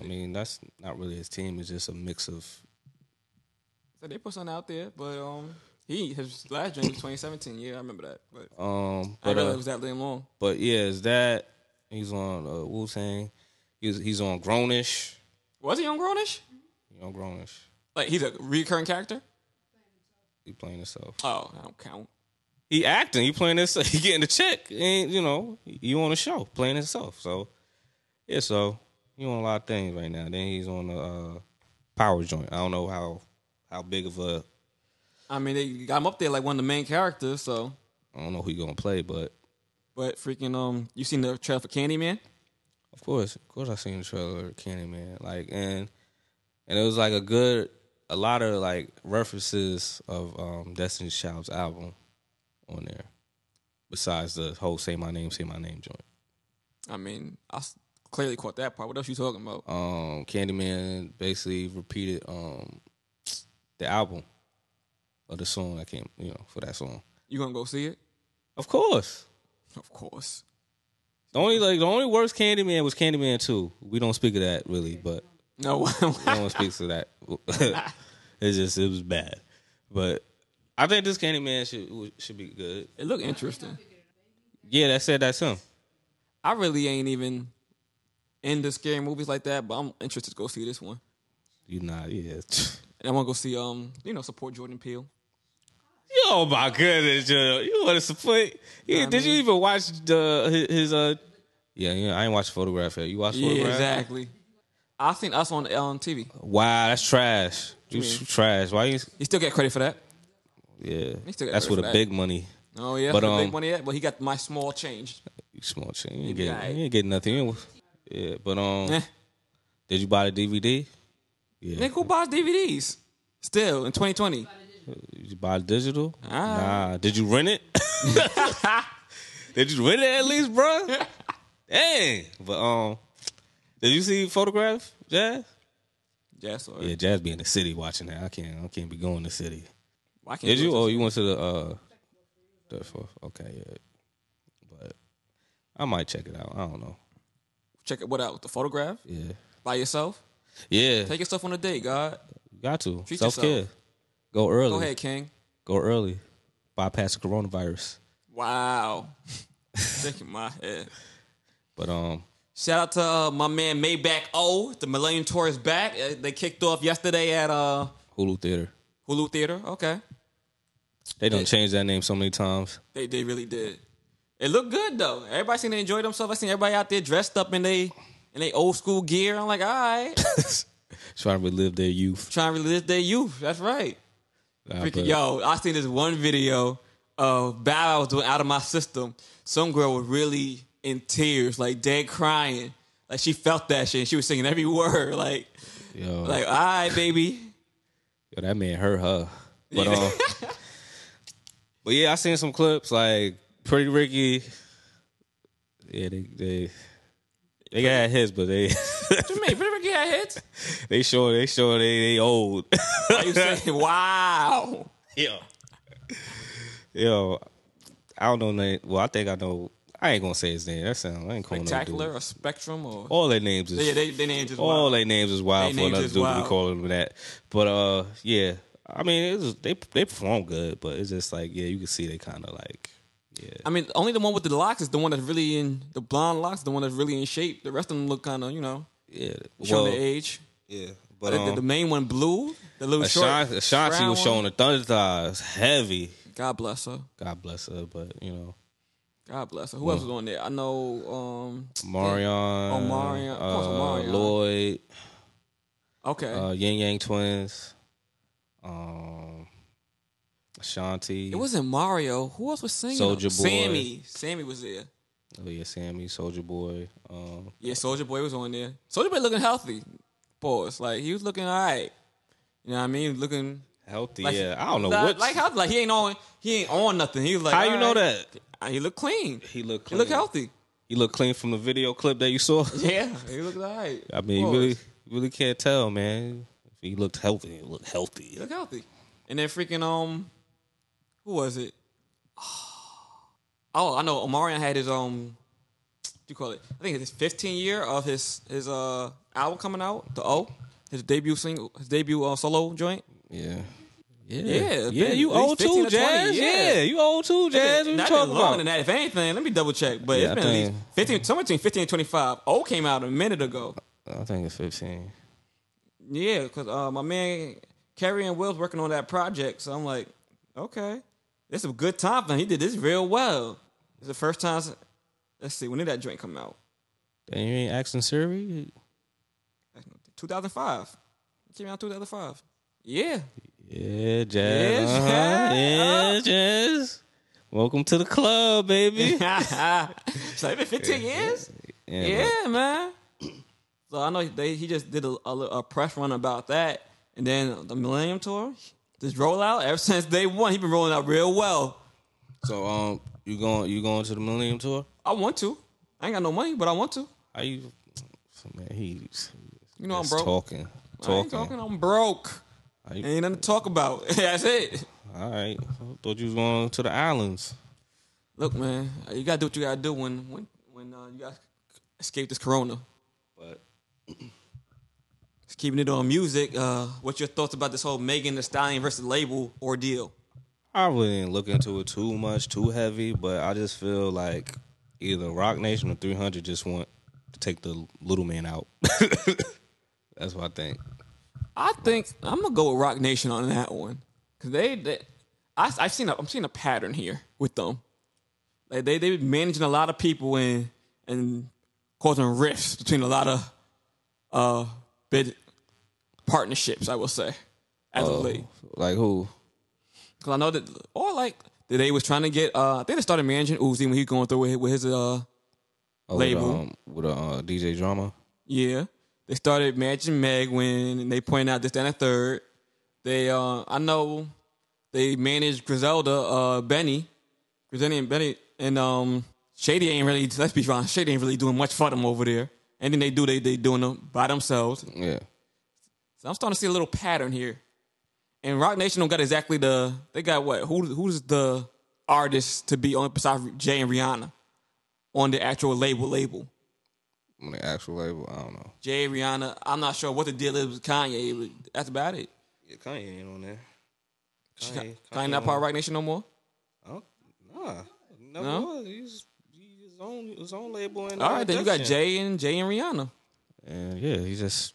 I mean that's not really his team. It's just a mix of
So they put something out there, but um, he his last joint was 2017. Yeah, I remember that. But,
um.
I
But,
realized
uh,
it was that damn long.
but yeah, is that he's on uh, Wu Tang? He's he's on Grownish.
Was he on Grownish?
He on Grownish.
Like he's a recurring character.
He playing himself.
Oh, I don't count.
he acting, he playing this, <laughs> he getting the check, and you know, you on a show playing himself. So yeah, so he on a lot of things right now. Then he's on a uh, power joint. I don't know how how big of a
I mean, they got him up there like one of the main characters. So,
I don't know who he gonna play, but
but freaking um, you seen the trailer for Candyman?
of course, of course, I seen the trailer, Candy Man, like and and it was like a good, a lot of like references of um Destiny's Child's album on there. Besides the whole "Say My Name, Say My Name" joint.
I mean, I s- clearly caught that part. What else you talking about?
um, Candyman basically repeated um, the album or the song I came, you know, for that song.
You gonna go see it?
Of course,
Of course.
the only like the only worst Candyman was Candyman Two. We don't speak of that really, but
No. <laughs>
no one speaks of that. <laughs> it's just it was bad, but I think this Candyman should should be good.
it looked interesting.
Yeah, that said that's him.
I really ain't even into scary movies like that, but I'm interested to go see this one.
You not yeah.
And I want to go see um, you know, support Jordan Peele.
Oh my goodness, yo. you want to support? Yeah,
Nah,
did you
man.
even watch the his, his uh? Yeah, yeah, I ain't watch photograph yet. You watch
Yeah,
photograph?
exactly. I seen us on uh, on TV.
Wow, that's trash. You
mean?
s- trash. Why you?
He still get credit for that.
Yeah,
still got
that's
credit
with
for
a
that.
big money.
Oh yeah,
But,
but, the
um,
big money yet. But he got my small change.
You small change. You ain't
be
get,
alright.
you ain't get nothing. You ain't- Yeah, but um,
<laughs> Eh.
did you buy the DVD? Yeah,
Nick who buys DVDs still in 2020.
did you buy digital?
Ah.
Nah, did you
<laughs>
rent it? did you rent it at least, bro?
<laughs>
Dang, but um, did you see photograph? Jazz?
Yeah, so
Yeah, Jazz be in the city watching that. I can't. I can't be going to the city.
why can't
Did you?
do
Oh,
this?
you went to the uh, the fourth. Okay, yeah. But I might check it out. I don't know.
check it? What out? The photograph
Yeah,
by yourself.
yeah.
Take yourself on a date, God.
you got to
Treat
self care.
yourself.
Go early.
Go ahead, King.
Go early. Bypass the coronavirus.
Wow. <laughs> Thinking my head.
But um,
Shout out to uh, my man Maybach O. The Millennium Tour is back. Uh, they kicked off yesterday at uh,
Hulu Theater.
Hulu Theater. Okay,
They don't
Yeah.
change that name so many times. <laughs>
they they really did. It looked good though. Everybody seemed to enjoy themselves. I seen everybody out there dressed up in they in they old school gear. I'm like, all <laughs> right,
Trying to relive their youth.
trying to relive their youth. That's right.
Nah,
Freaking,
but-
yo, I seen this one video of Bow Wow was doing out of my system. Some girl was really in tears, like dead crying. Like she felt that shit and she was singing every <laughs> word. Like,
yo,
like, all right, <laughs> baby.
yo, that man hurt her. But um, <laughs> but yeah, I seen some clips like Pretty Ricky. Yeah, they they they got hits, but they <laughs>
You mean River got hits?
they sure they sure they they old. <laughs>
You say, wow.
Yeah. Yo, I don't know. Name. Well, I think I know. I ain't gonna say his name. That sound. I ain't calling no
Spectacular
dude.
or Spectrum or
All their names is.
yeah, they they named just
all
wild.
their names is wild
They
for
names
another
is
dude. to
wild.
We call them that. But uh, yeah. I mean, it was, they they perform good, but it's just like yeah, you can see they kind of like
I mean, only the one with the locks is the one that's really in the blonde locks, the one that's really in shape. The rest of them look kind of you know
yeah.
showing
well,
their age.
yeah,
But
but
the, the
um,
main one, blue, the little short,
Ashanti, Ashanti
brown
was
one.
showing the thunder thighs heavy.
God bless her.
God bless her, but you know,
God bless her. Who else was on there? I know. Um,
Marion,
Omarion. Of course,
uh,
Omarion.
Lloyd.
okay,
uh, Yin Yang Twins, um, Ashanti.
it wasn't Mario. Who else was singing?
Soulja Boy.
Sammy. Sammy was there.
oh yeah, Sammy, Soldier Boy. Um,
Yeah, Soldier Boy was on there. Soldier Boy looking healthy. Pause. Like he was looking all right. You know what I mean? Looking
healthy.
like
yeah, I don't know
like,
what.
like how like he ain't on he ain't on nothing. He was like
how you
all
know
right.
that?
Uh, He look clean.
He look
He look
clean.
healthy.
You look clean from the video clip that you saw.
<laughs> Yeah, he look all right.
I mean, you
Pause.
really, you really can't tell, man. If he looked healthy, he looked
He
healthy.
look healthy. And then freaking um, who was it? Oh, I know. Omarion had his um, what do you call it? I think it's his 15 year of his his uh album coming out. The O, his debut single, his debut uh, solo joint.
Yeah.
Yeah,
Yeah,
been
you
at least
old
15
too,
or 20,
Jazz.
yeah.
Yeah. you old too, Jazz. What you
Not
talking
longer
about?
than that, if anything. Let me double check. But it's
Yeah, I
been at least
think-
15, somewhere between 15 and 25. O came out a minute ago.
I think it's fifteen.
Yeah, because uh, my man Kerry and Will's working on that project. So I'm like, okay, this is a good time for him. He did this real well. It's the first time. s- Let's see, when did that joint come out?
And you ain't asking Siri.
2005. It came out 2005. Yeah. <laughs>
Yeah, Jazz.
Yes,
uh-huh.
yeah,
Yeah, Jazz. Welcome to the club, baby.
so it's been 15 years?
<laughs> Yeah,
Yeah, man. So I know they, he just did a, a, li- a press run about that. And then the Millennium Tour, this rollout, ever since day one, he been rolling out real well.
but- So um, you going you going to the Millennium Tour?
I want to. I ain't got no money, but I want to.
Are you? Man, he's
You know I'm
that's
broke.
talking,
I
talking.
ain't talking. I'm broke.
Are you-
Ain't nothing to talk about. <laughs> That's it.
all right, I thought you was going to the islands.
Look, man, you gotta do what you gotta do when when when uh, you gotta escape this corona.
But
Just keeping it on music. Uh, what's your thoughts about this whole Megan Thee Stallion versus label ordeal?
I really didn't look into it too much, too heavy. But I just feel like either Rock Nation or 300 just want to take the little man out. <laughs> that's what I think.
I think I'm gonna go with Rock Nation on that one because they, they I, I've seen a, I'm seeing a pattern here with them. Like they they managing a lot of people and and causing rifts between a lot of uh bid partnerships. I will say as of late
Oh, Like who?
because I know that or like that they was trying to get uh I think they started managing Uzi when he going through with his, with his uh
Oh,
Label.
With, um, with uh, DJ Drama.
Yeah. They started matching Meg when and they pointed out this, that, and the third. They uh I know they managed Griselda, uh Benny. Griselda and Benny and um Shady ain't really let's be honest, Shady ain't really doing much for them over there. And then they do they they doing them by themselves.
Yeah.
So I'm starting to see a little pattern here. And Rock Nation don't got exactly the they got what? Who who's the artist to be on besides Jay and Rihanna on the actual label label?
On the actual label, I don't know.
Jay, Rihanna. I'm not sure what the deal is with Kanye. But that's about it.
Yeah, Kanye ain't on there.
Kanye, not part of Rock Nation no more.
Nah, never
No?
was. He's, he's his own his own label. And
All right, then you got Jay and Jay and Rihanna.
And yeah, he just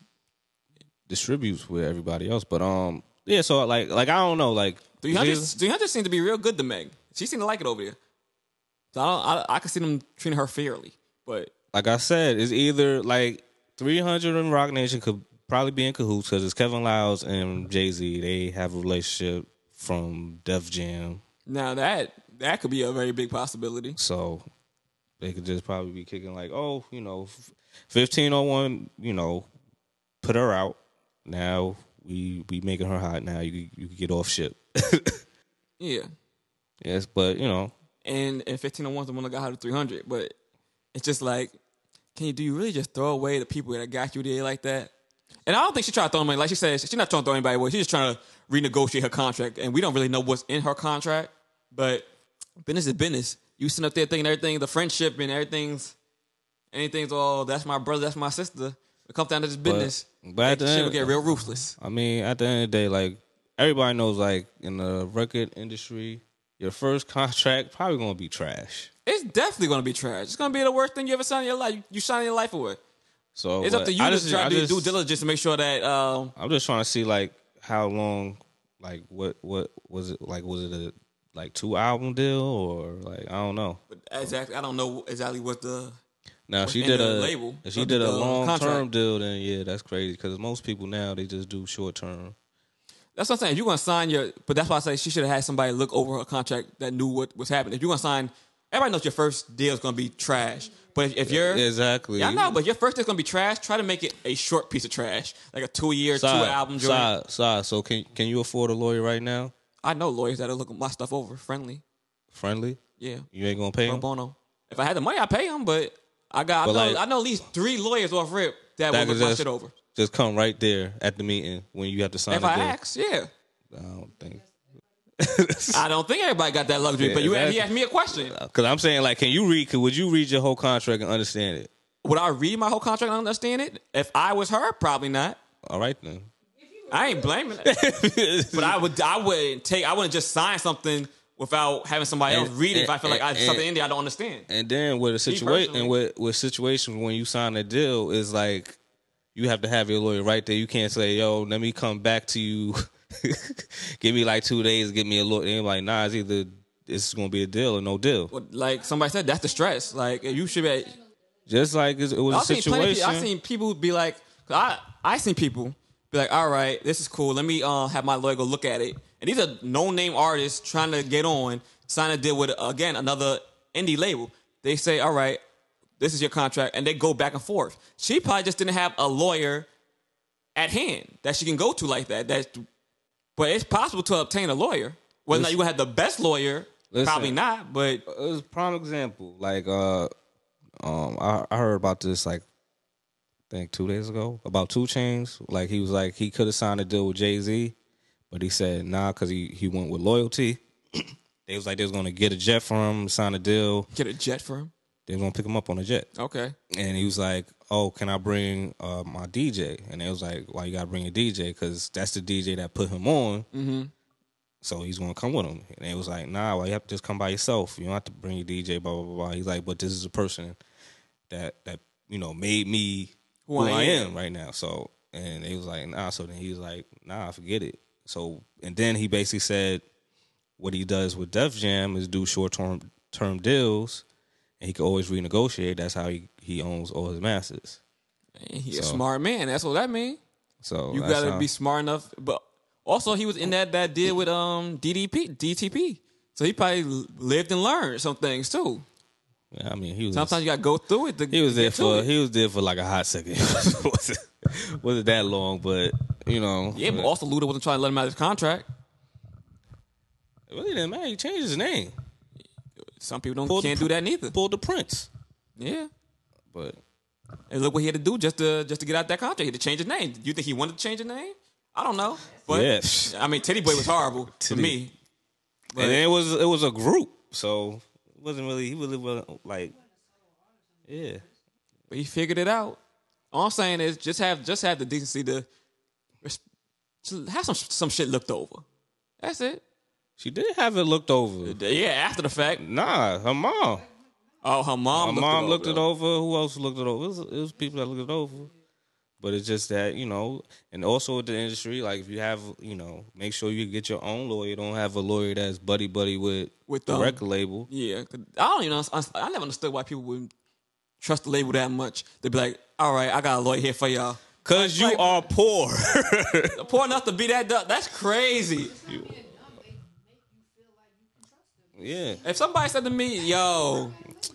distributes with everybody else. But um, yeah. So like like I don't know like
300,
Jesus-
300 seemed to be real good to Meg. She seemed to like it over there. So I don't. I, I can see them treating her fairly, but
Like I said, it's either like 300 and Rock Nation could probably be in cahoots because it's Kevin Lyles and Jay Z. They have a relationship from Def Jam,
now that that could be a very big possibility.
So they could just probably be kicking like, oh, you know, fifteen oh one, you know, put her out. Now we we making her hot. Now you you can get off ship. <laughs>
Yeah,
yes, but you know,
oh and and 1501 is the one that got her to 300. But it's just like, can you do you really just throw away the people that got you there like that? And I don't think she tried to throw them away. Like she said, she's not trying to throw anybody away. She's just trying to renegotiate her contract, and we don't really know what's in her contract. But business is business. You sitting up there thinking everything, the friendship and everything's, anything's all that's my brother, that's my sister. It comes down to this business.
but at
that
the
shit
end-
will get real ruthless.
I mean, at the end of the day, like everybody knows, like in the record industry, your first <laughs> contract probably gonna be trash.
It's definitely gonna be trash. It's gonna be the worst thing you ever signed in your life. You, you signing your life away.
So
It's up
but
to you
I
to
just-
try to
I
do
just-
due diligence to make sure that um,
I'm just trying to see like how long, like what what was it like? Was it a like two album deal or like I don't know.
exactly. I don't know exactly what the
Now if she
Within
did
the
a
label,
if she
of
did a
the
long term
contract.
deal, then yeah, that's crazy because most people now they just do short term.
That's what I'm saying. If you're gonna sign your, but that's why I say she should have had somebody look over her contract that knew what was happening. If you're gonna sign, everybody knows your first deal is gonna be trash. But if, if you're,
Exactly.
yeah, I know, but your first deal's gonna be trash. Try to make it a short piece of trash, like a two year, two
Side,
album joint.
side, side. So can can you afford a lawyer right now?
I know lawyers that'll look my stuff over, friendly.
Friendly.
Yeah,
You ain't gonna pay
pro
him.
bono. If I had the money, I would pay them. But I got,
But
I know,
like-
I know at least three lawyers off rip that,
That
will
could
look my
just-
shit over.
Just come right there at the meeting when you have to sign.
If
a
I
deal.
ask, yeah.
I don't think. <laughs>
I don't think everybody got that luxury.
Yeah,
but you,
exactly.
you asked me a question.
Because I'm saying, like, can you read? Could, would you read your whole contract and understand it?
Would I read my whole contract and understand it? If I was her, probably not.
All right then.
I ain't blaming
<laughs>
it. but I would I wouldn't take I wouldn't just sign something without having somebody
And-
else read it if I feel like I,
and-
something
and-
in there I don't understand.
And then with a situation
personally.
and with with situations when you sign a deal is like you have to have your lawyer right there. You can't say, "Yo, let me come back to you. <laughs> Give me like two days. Get me a lawyer." And like, nah, it's either it's gonna be a deal or no deal.
But like somebody said, that's the stress. Like you should be
Just like it's- it was
I've
a
seen plenty of
situation.
people, I've seen people be like 'cause I I seen people be like, all right, this is cool. Let me uh, have my lawyer go look at it. And these are no name artists trying to get on, sign a deal with again another indie label. They say, all right, this is your contract, and they go back and forth. She probably just didn't have a lawyer at hand that she can go to like that. That's but it's possible to obtain a lawyer. Whether or not
Listen-
you have the best lawyer,
Listen.
probably not. But
it was a prime example. Like uh um I, I heard about this like I think two days ago about two chains. Like he was like he could have signed a deal with Jay Z, but he said nah because he, he went with loyalty. <clears throat> they was like they was gonna get a jet for him, sign a deal.
get a jet for him.
They was gonna pick him up on a jet.
Okay,
And he was like, "Oh, can I bring uh, my DJ?" And they was like, "Why you gotta bring a DJ? Because that's the DJ that put him on. Mm-hmm. So he's gonna come with him." And they was like, "Nah, well, you have to just come by yourself. You don't have to bring your DJ." Blah blah blah. blah. He's like, "But this is a person that that you know made me who, I, am. right now." So and they was like, "Nah." So then he was like, "Nah, forget it." So and then he basically said, "What he does with Def Jam is do short term term deals." and he could always renegotiate. That's how he, he owns all his masters.
he's a
So-
smart man. That's what that means.
So
You
that's
gotta
how-
be smart enough. But also, he was in that that deal with um DDP, DTP. So he probably l- lived and learned some things too.
Yeah, I mean, he was.
Sometimes you gotta go through it. To,
he was
to
there
get to
for
it.
he was there for like a hot second. <laughs> wasn't wasn't that long, but you know,
yeah, but also Luda wasn't trying to let him out of his contract.
it really didn't matter. He changed his name,
Some people don't
Pulled the
can't
pr-
do that neither.
pulled the Prince,
Yeah,
but
and look what he had to do just to just to get out that contract. He had to change his name. You think he wanted to change his name? I don't know. But
yeah,
I mean, Teddy Boy was
<laughs>
horrible to
Titty.
me. But
and it was it was a group, so it wasn't really he really wasn't like, yeah,
But he figured it out. All I'm saying is just have just have the decency to res- to have some some shit looked over. That's it.
she did have it looked over.
Yeah, after the fact.
Nah, her mom.
Oh, her mom.
My mom looked it
though.
over. Who else looked it over? It was, it was people that looked it over. But it's just that you know, and also with the industry, like if you have, you know, make sure you get your own lawyer. Don't have a lawyer that's buddy buddy with
With
the
them.
record label.
Yeah, 'cause I don't even. Know, I never understood why people would trust the label that much. They'd be like, "All right, I got a lawyer here for y'all."
Cause you
Like-
are
<laughs>
poor.
Poor enough to be that. du- That's crazy.
yeah,
If somebody said to me, "Yo,"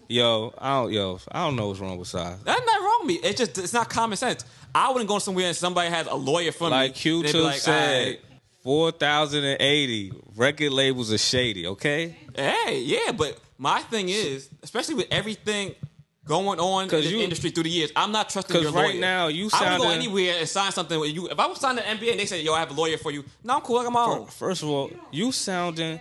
yo, I don't, yo, I don't know what's wrong with Sai.
that's not wrong with me. It's just it's not common sense. I wouldn't go somewhere and somebody has a lawyer for me.
Like Q
They'd be
Tip
like, "All
said,
right."
four thousand and eighty record labels are shady. Okay,
Hey, yeah, but my thing is, especially with everything, going on in
'Cause
the
you-
industry through the years. I'm not trusting
'Cause
your
right
lawyer.
now,
I
you
would go
sounding-
anywhere and sign something with you. If I was signed to NBA and they said, "Yo, I have a lawyer for you," no, I'm cool. I'm
Fir-
out.
Oh, First of all, you sounding,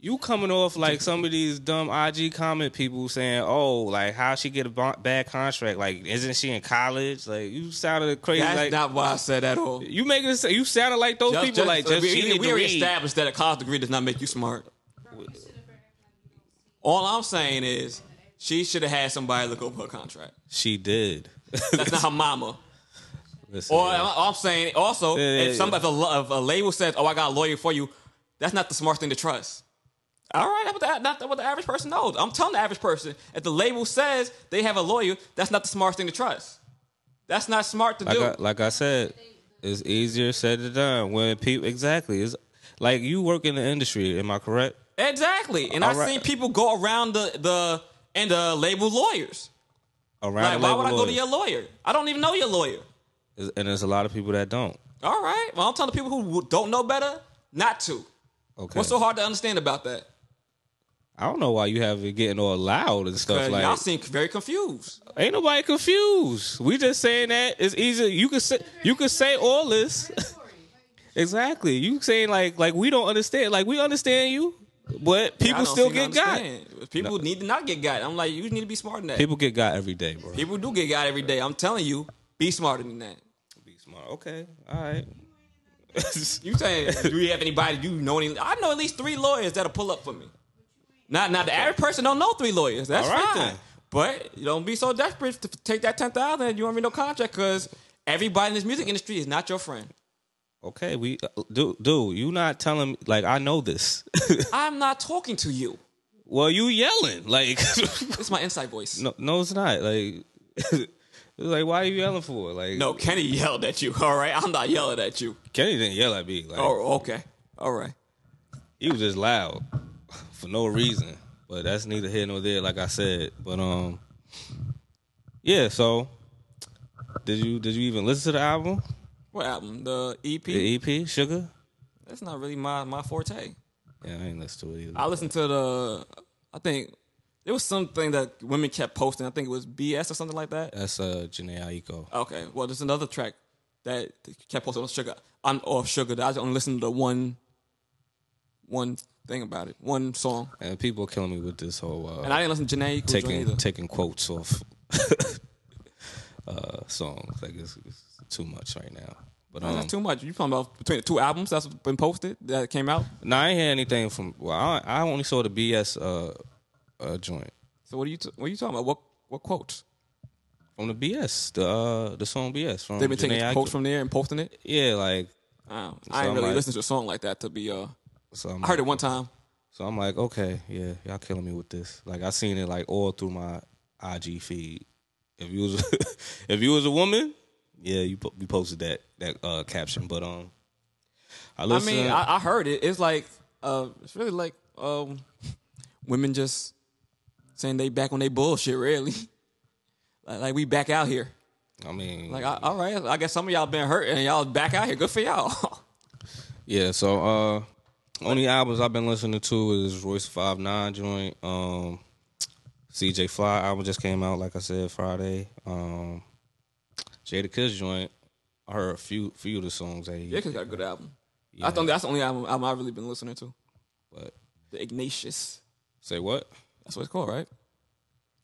you coming off like some of these dumb IG comment people saying, "Oh, like how she get a bo- bad contract? Like isn't she in college? Like you sounded crazy.
That's
like
not why I said that at all.
you making it, sa- you sounded like those
Just-
people.
just-
like just
we,
she
we-
need
we
to
already
read.
established that a college degree does not make you smart. All I'm saying is she should have had somebody look over her contract.
She did. <laughs>
That's not her mama.
Listen,
Or uh,
man.
I'm saying also,
Yeah, yeah,
if some
yeah.
if a, lo- if a label says, "Oh, I got a lawyer for you," that's not the smart thing to trust. All right, that's what the, not what the average person knows. I'm telling the average person if the label says they have a lawyer, that's not the smart thing to trust. That's not smart to
like
do.
I, like I said, it's easier said than done. When people exactly it's like you work in the industry. Am I correct?
exactly, and
All
I've
right.
seen people go around the the and the label lawyers.
Around
Like,
the
why
label
would I go to
lawyers.
your lawyer? I don't even know your lawyer.
It's- and there's a lot of people that don't.
All right, well, I'm telling the people who don't know better not to.
Okay,
What's so hard to understand about that?
I don't know why you have it getting all loud and stuff
'Cause
like.
Uh, y'all seem very confused.
Ain't nobody confused. We just saying that it's easy. You could say you could say all this. <laughs> exactly. You saying like like we don't understand. Like we understand you, but people
I don't
still
seem to
get got.
understand. People need to not get got. I'm like, you need to be smarter than that. People,
People get got every day, bro.
do get got every day. I'm telling you, be smarter than that.
Be smart. Okay. All right.
You <laughs> saying do you have anybody you know? Any, I know at least three lawyers that'll pull up for me. Not not the average person don't know three lawyers. That's
All right,
fine.
then.
But you don't be so desperate to take that ten thousand. and You don't read no contract because everybody in this music industry is not your friend.
okay. We dude, dude, you not telling me like I know this. <laughs>
I'm not talking to you.
well, you yelling like <laughs>
It's my inside voice.
no, no, it's not like. <laughs> it's like why are you yelling for? Like
No, Kenny yelled at you. <laughs> All right, I'm not yelling at you.
Kenny didn't yell at me. Like
Oh, okay. All right.
he was just loud <laughs> for no reason. But that's neither here nor there, like I said. But um, yeah. So did you did you even listen to the album,
What album? The E EP.
the EP, Sugar?
That's not really my my forte.
Yeah, I ain't listen to it either.
I listened to the. I think there was something that women kept posting. I think it was BS or something like that.
That's uh Janae Aiko.
Okay. Well, there's another track that they kept posting on Sugar. On off Sugar. that I just only listened to one. One thing about it. One song.
And people are killing me with this whole uh,
And I didn't listen to Janae Eagles joint either.
taking taking quotes off <laughs> uh songs. Like it's, it's too much right now. But um,
that's too much. You talking about between the two albums that's been posted that came out?
no, I ain't hear anything from. Well, I, I only saw the BS uh, uh joint.
So what are you t- what are you talking about? What what quotes?
from the BS, the uh, the song BS from.
They've been taking
Jhené
quotes
Aiko.
from there and posting it.
Yeah, like
I, don't, I ain't
I'm
really
like-
listened to a song like that to be. uh
so. I'm
I heard it one time.
So I'm like, okay, yeah, y'all killing me with this. Like I seen it like all through my IG feed. If you was <laughs> if you was a woman, yeah, you po- you posted that that uh, caption, but um, I
I
listen.
mean, I, I heard it. It's like uh, it's really like um, women just saying they back on they bullshit. Really, <laughs> like, like we back out here.
I mean,
Like, I, all right, I guess some of y'all been hurt and y'all back out here. Good for y'all. <laughs>
Yeah, so uh only albums I've been listening to is Royce Five Nine joint. Um CJ Fly album just came out, like I said, Friday. Um Jada Kiss joint. I heard a few few of the songs that he
yeah, cause got a good album. I think that's the only album, album I've really been listening to.
but
The Ignatius.
say what?
That's what it's called, right?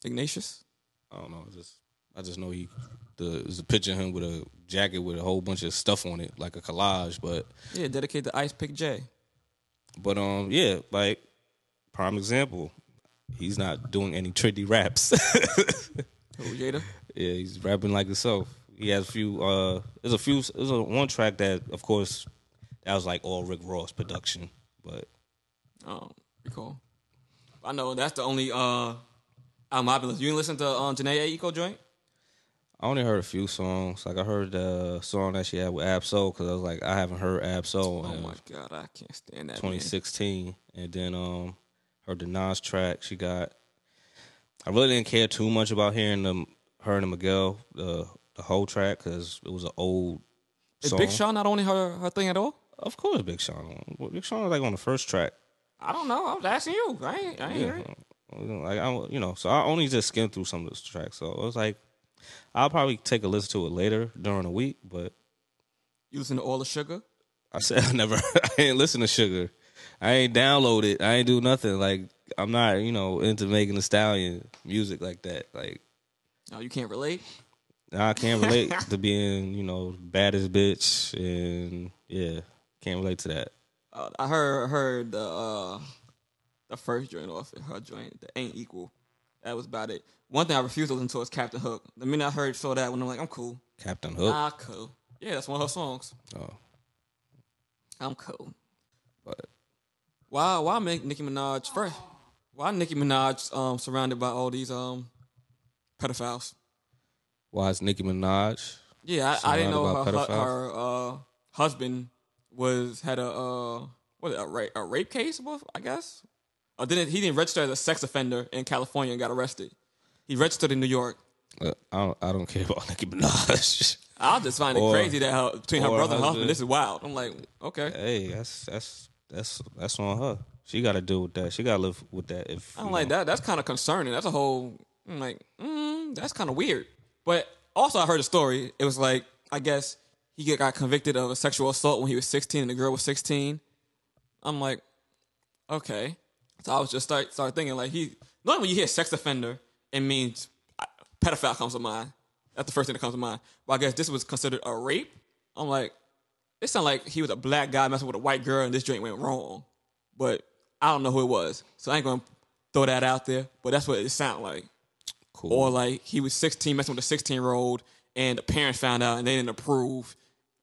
Ignatius.
I don't know. Just I just know he the there's a picture of him with a jacket with a whole bunch of stuff on it, like a collage, but
Yeah, dedicate to Ice Pick J.
But um, yeah, like prime example, he's not doing any trendy raps. <laughs>
Who Jada?
yeah, he's rapping like himself. He has a few. Uh, there's a few. There's a one track that, of course, that was like all Rick Ross production. But
I don't recall. I know that's the only uh, album I've been listening. You ain't listen to um, Janae Eco joint?
I only heard a few songs. Like I heard the song that she had with Ab Soul because I was like, I haven't heard Ab Soul
Oh
in
my god, I can't stand that. man.
2016, and then um, heard the Nas track. She got. I really didn't care too much about hearing them, her and Miguel the the whole track because it was an old.
Is
song.
Big Sean not on her her thing at all?
Of course, Big Sean. Well, Big Sean was like on the first track.
I don't know. I was asking you. I ain't. I ain't. hear it.
Uh, You know, Like I, you know, so I only just skimmed through some of those tracks. So it was like, I'll probably take a listen to it later during the week. But
You listen to all the sugar?
I said <laughs> I never, I ain't listen to Sugar. I ain't download it. I ain't do nothing. Like I'm not, you know, into making the stallion music like that. Like
No, you can't relate.
I can't relate to being, you know, baddest bitch, and yeah, can't relate to that.
Uh, I heard heard the uh, the first joint off it, her joint that ain't equal. That was about it. One thing I refused to listen to is Captain Hook. The minute I heard saw that one, I'm like, I'm cool.
Captain Hook.
Ah, cool. Yeah, that's one of her songs.
Oh,
I'm cool.
but
Why why make Nicki Minaj first? Why Nicki Minaj um, surrounded by all these um pedophiles?
why is Nicki Minaj?
Yeah, I, I didn't know her,
Surrounded by
hu- her uh, husband was had a uh, what a rape, a rape case. with, I guess. Or didn't he didn't register as a sex offender in California and got arrested? He registered in New York.
Uh, I don't, I don't care about <laughs> Nicki Minaj.
I just find it
Or-
crazy that her, between her
or
brother and husband,
husband.
this is wild. I'm like, okay,
hey, that's that's that's that's on her. She got to deal with that. She got to live with that. If
I don't
you
like
know.
that. That's kind of concerning. That's a whole. I'm like, mm, that's kind of weird. But also, I heard a story. It was like, I guess he get- got convicted of a sexual assault when he was 16, and the girl was 16. I'm like, okay. So I was just start start thinking like he. Normally, when you hear sex offender, it means uh, pedophile comes to mind. That's the first thing that comes to mind. But I guess this was considered a rape. I'm like, it sounded like he was a black guy messing with a white girl, and this joint went wrong. But I don't know who it was, so I ain't gonna throw that out there. But that's what it sounded like.
Cool.
Or like he was 16 messing with a 16 year old, and the parents found out and they didn't approve,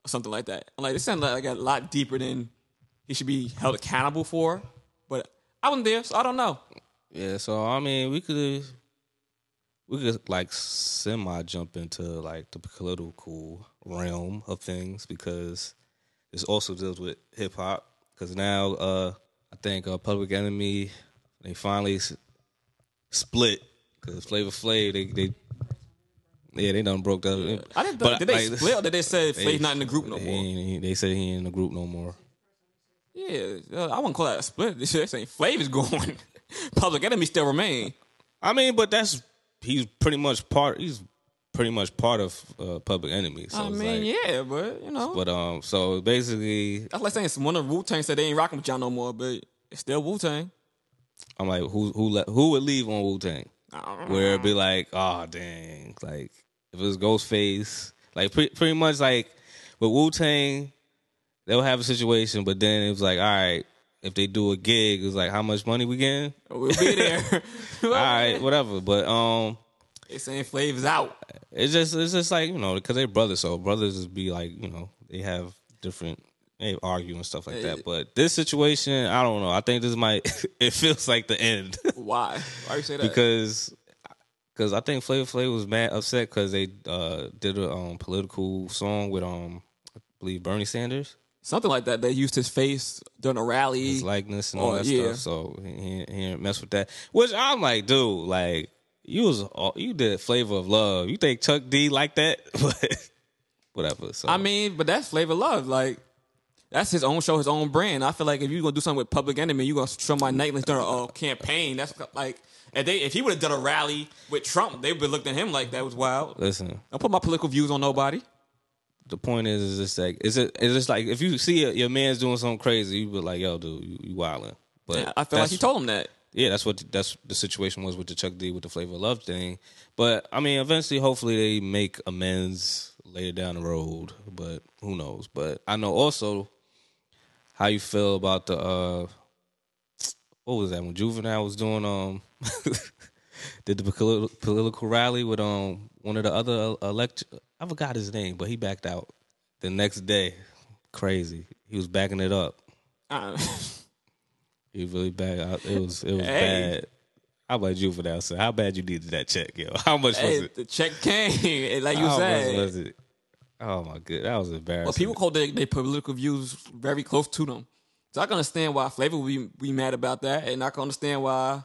or something like that. I'm like, this sounded like a lot deeper than he should be held accountable for. But I wasn't there, so I don't know.
yeah. So I mean, we could we could like semi jump into like the political realm of things because this also deals with hip hop. Because now uh, I think uh, Public Enemy they finally s- split because Flavor Flav they they yeah they done broke up.
I didn't.
But,
did they
like,
split? Or did they say
they-
Flay's not in the group no
he
more?
ain't- he- they said he ain't in the group no more.
Yeah, uh, I wouldn't call that a split. <laughs> This shit ain't Flav is going. <laughs> Public Enemy still remain.
I mean, but that's he's pretty much part. He's pretty much part of uh, Public Enemy. So
I
it's
mean,
like,
yeah, but you know,
But um, so basically,
that's like saying one of Wu Tang said they ain't rocking with y'all no more, but it's still Wu Tang.
I'm like, who who le- who would leave on Wu Tang? Where
Uh-huh.
it'd be like, oh dang, like if it was Ghostface, like pre- pretty much like with Wu Tang, they'll have a situation, but then it was like, all right, if they do a gig, it's like, how much money we getting?
We'll be there.
<laughs> All right, whatever. But um,
They saying Flav is out.
It's just it's just like you know because they're brothers, so brothers just be like you know they have different they argue and stuff like
Eh,
that. But this situation, I don't know. I think this might <laughs> it feels like the end <laughs>
Why? Why you say that?
because because I think Flavor Flav was mad upset because they uh, did a um, political song with um I believe Bernie Sanders
Something like that. They used his face during a rally.
his likeness and all
Oh,
that
yeah.
stuff. So he, he, he didn't mess with that. Which I'm like, dude, like you was all- you did Flavor of Love. You think Chuck D like that? <laughs> But whatever. So
I mean, but that's Flavor Love. Like, that's his own show, his own brand. I feel like if you're gonna do something with Public Enemy, you're gonna show my Nightliness during a uh, campaign. That's like, if they if he would have done a rally with Trump, they would have looked at him like that was wild.
listen,
Don't put my political views on nobody.
the point is, is just like is it is just like if you see a, your man's doing something crazy, you be like, yo, dude, you, you wilding. But
I feel like
that's-
he told him that.
yeah, that's what that's the situation was with the Chuck D with the Flavor of Love thing. But I mean, eventually, hopefully, they make amends later down the road. But who knows? But I know also how you feel about the uh what was that when Juvenile was doing um <laughs> did the politi- political rally with um one of the other elect I forgot his name, but he backed out the next day. Crazy, he was backing it up.
Uh, <laughs>
He really bad. I, it was it was
Hey.
bad. How about you for that? So how bad you needed that check, yo? <laughs> How much was
hey,
it?
the check came, <laughs> and like you
how
said.
much was it? Oh my god, that was embarrassing.
But people hold their, their political views very close to them. So I can understand why Flavor would be, be mad about that, and I can understand why.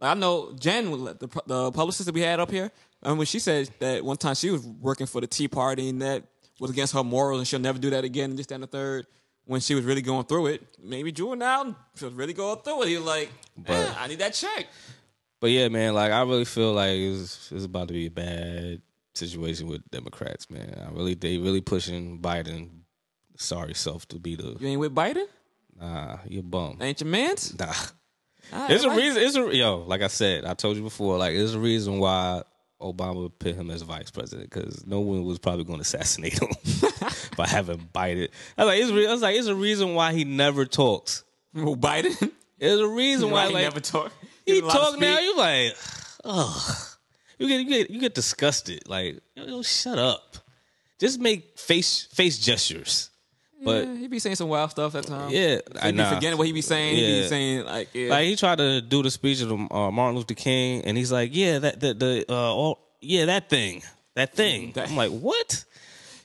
Like I know Jen, the the publicist that we had up here, and when she said that one time she was working for the Tea Party and that was against her morals, and she'll never do that again, and this that, and the third. When she was really going through it, maybe Drew and Allen was really going through it. He was like,
But-
"Eh, I need that check.
But yeah, man, like I really feel like it's it's about to be a bad situation with Democrats, man. I really they really pushing Biden sorry self to be the
You ain't with Biden?
nah, you bum.
Ain't your man's? <laughs>
Nah.
Nah,
There's a
everybody-
reason it's a yo, like I said, I told you before, like there's a reason why Obama put him as vice president because no one was probably going to assassinate him <laughs> by having Biden. I was like, it's re- I was like, it's a reason why he never talks.
Who Biden? <laughs>
There's a reason why,
Why he
like,
never talk?
he
There's a lot of
talk now.
speak.
You like, ugh. You get you get you get disgusted. Like, yo, yo, shut up. Just make face face gestures. But
Yeah, Eh, he be saying some wild stuff at times.
yeah, I
he Mm. be
know.
forgetting what he be saying. He
Yeah.
be saying like, yeah.
Like he tried to do the speech of uh, Martin Luther King, and he's like, yeah, that the the uh, all, yeah that thing that thing.
That-
I'm like, what?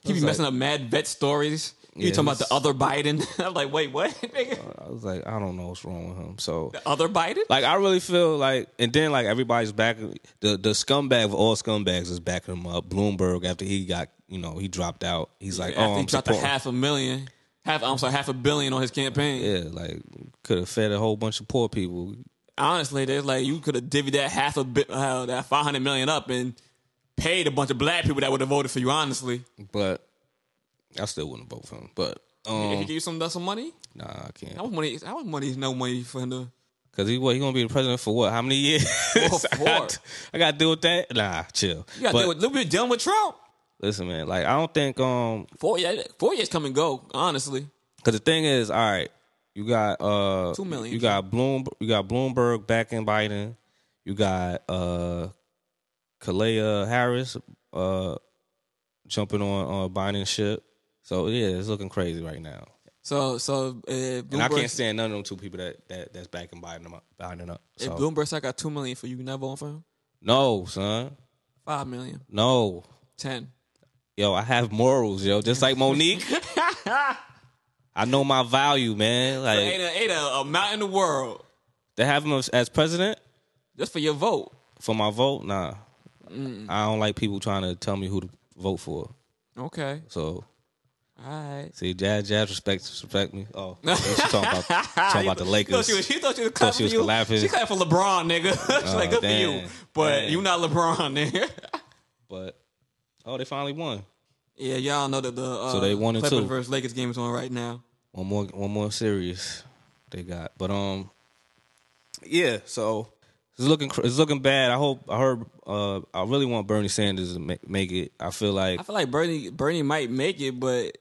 he be
was
messing up mad vet stories. You
Yeah,
talking about
he's-
the other Biden? <laughs> I'm like, wait, what? nigga?
I was like, I don't know what's wrong with him. So
the other Biden?
Like I really feel like, and then like everybody's back. The the scumbag of all scumbags is backing him up. Bloomberg after he got you know he dropped out. He's like,
After
oh,
he
I'm
dropped a
supporting.
half a million, half I'm sorry, half a billion on his campaign.
Yeah, like could have fed a whole bunch of poor people.
Honestly, there's like you could have divvied that half a bit, uh, that 500 million up and paid a bunch of black people that would have voted for you. Honestly,
But I still wouldn't vote for him.
<laughs>
But
if he
um,
gave you some that's some money,
nah, I can't.
how much money? How much money is no money for him
<laughs>
to?
Cause he what he gonna be the president for what? How many years? <laughs> I,
four.
got, I got to deal with that. Nah, chill.
You got
But
to deal with, dealing with Trump.
listen, man. Like I don't think um
Four years, four years come and go. Honestly,
Because the thing is, all right, you got uh,
Two million.
You got Bloom. You got Bloomberg backing Biden. You got uh, Kalea Harris uh, jumping on uh, Biden's ship. So yeah, it's looking crazy right now.
so so uh, Bloomberg,
And I can't stand none of them two people that, that that's backing Biden up. Biden up.
If
So.
Bloomberg said I got two million for you, you not voting for him?
no, son.
Five million,
No.
ten.
Yo, I have morals, yo. Just like
<laughs>
Monique. I know my value, man.
Ain't
Like
a, ain't a amount in the world
to have him as- as president,
just for your vote.
for my vote, nah.
Mm.
I don't like people trying to tell me who to vote for.
Okay,
So
all right.
see, Jazz, Jazz respects respect me.
<laughs>
Oh, she talking about talking about
She
the
thought
Lakers.
she was, she thought she was clapping
she was
for you.
clapping.
She clapped for LeBron, nigga. <laughs> She's like,
Oh,
good for
damn.
you. But
Damn.
you not LeBron, <laughs> nigga.
but oh, they finally won.
yeah, y'all know that the uh,
So they one and
Clippers
two.
versus Lakers game is on right now.
One more one more series they got. But um, yeah. So it's looking cr- it's looking bad. I hope I heard. Uh, I really want Bernie Sanders to make, make it. I feel like
I feel like Bernie Bernie might make it, but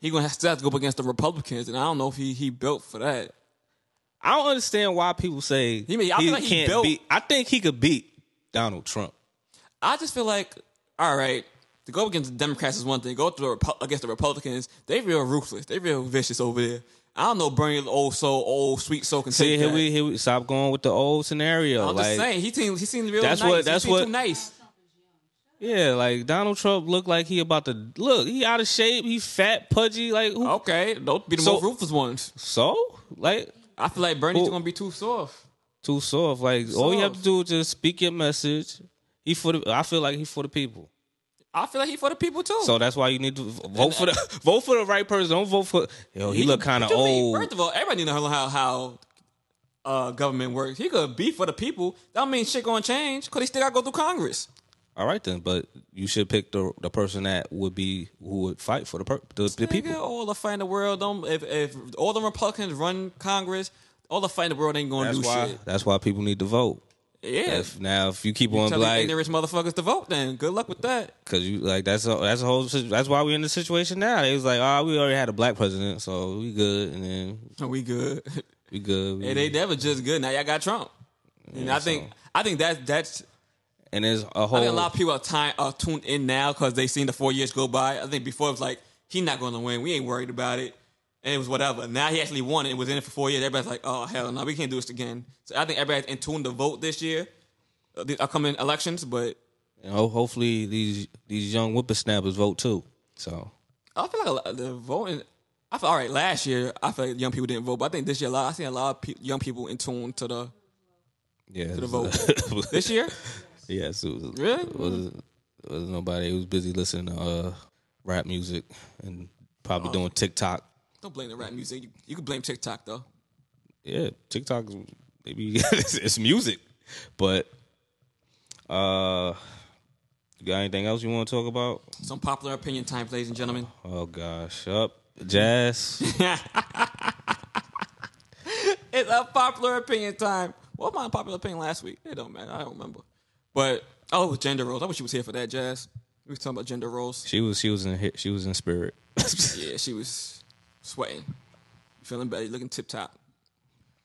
he gonna have- still have to go up against the Republicans, and I don't know if he he built for that.
I don't understand why people say he,
mean, I feel like he
can't
built-
beat. I think he could beat Donald Trump.
I just feel like, all right, to go against the Democrats is one thing. Go to the Repu- against the Republicans, they real ruthless. They real vicious over there. I don't know Bernie, old soul, old sweet soul can
See,
take
here
that.
we here we stop going with the old scenario.
I'm
like,
just saying, he seemed he seemed real
That's
nice.
what-
He
that's
seemed
what-
too nice.
yeah, like Donald Trump looked like he about to look. He out of shape. He fat, pudgy. Like who?
Okay, those be the
So-
most ruthless ones.
So like
I feel like Bernie's
Who-
gonna be too soft.
too soft. Like all you have to
Soft.
do is just speak your message. He for the. I feel like he for the people.
I feel like he for the people too.
So that's why you need to v- vote for the <laughs> vote for the right person. Don't vote for yo. He, look kind of
What you mean?
old.
First of all, everybody need to know how how uh, government works. He could be for the people. That don't mean shit gonna change because he still gotta go through Congress.
All right then, but you should pick the the person that would be who would fight for the per, the, the
Nigga,
people.
all the fight in the world don't. If if all the Republicans run Congress, all the fight in the world ain't gonna
That's
do
why.
shit.
That's why people need to vote.
Yeah,
If now if you keep on
tell
like
the ignorant motherfuckers to vote. Then good luck with that.
Cause you like that's a, that's a whole situ- that's why we in the situation now. They was like, oh, we already had a black president, so we good, and then
We good.
we good.
<laughs>
We-
and they never just good. Now y'all got Trump. And I think I think that's that's
and there's a
I
whole
think a lot of people are, time, are tuned in now because they seen the four years go by. I think before it was like he not going to win. We ain't worried about it, and it was whatever. Now he actually won and was in it for four years. Everybody's like, oh hell no, we can't do this again. So I think everybody's in tune to vote this year, uh, the upcoming elections. But
you know, hopefully these these young whippersnappers vote too. So
I feel like a lot, the voting. I feel all right. Last year, I feel like young people didn't vote, but I think this year, a lot, I seen a lot of pe- young people in tune to the
yeah, to <laughs>
the vote. this <laughs> year.
yes, it was,
Really?
it was, it was nobody who was busy listening to uh, rap music and probably doing TikTok.
Don't blame the rap music. You, you can blame TikTok though.
Yeah, TikTok, maybe <laughs> it's, it's music. But uh, you got anything else you want to talk about?
Some popular opinion time, ladies and gentlemen.
Oh gosh, up jazz.
<laughs> It's unpopular opinion time. What was my unpopular opinion last week? It don't matter. I don't remember. But oh, gender roles. I wish she was here for that, Jazz. We was talking about gender <laughs> roles.
she was she was in hit- she was in spirit. <laughs>
Yeah, she was sweating, feeling better, looking tip top.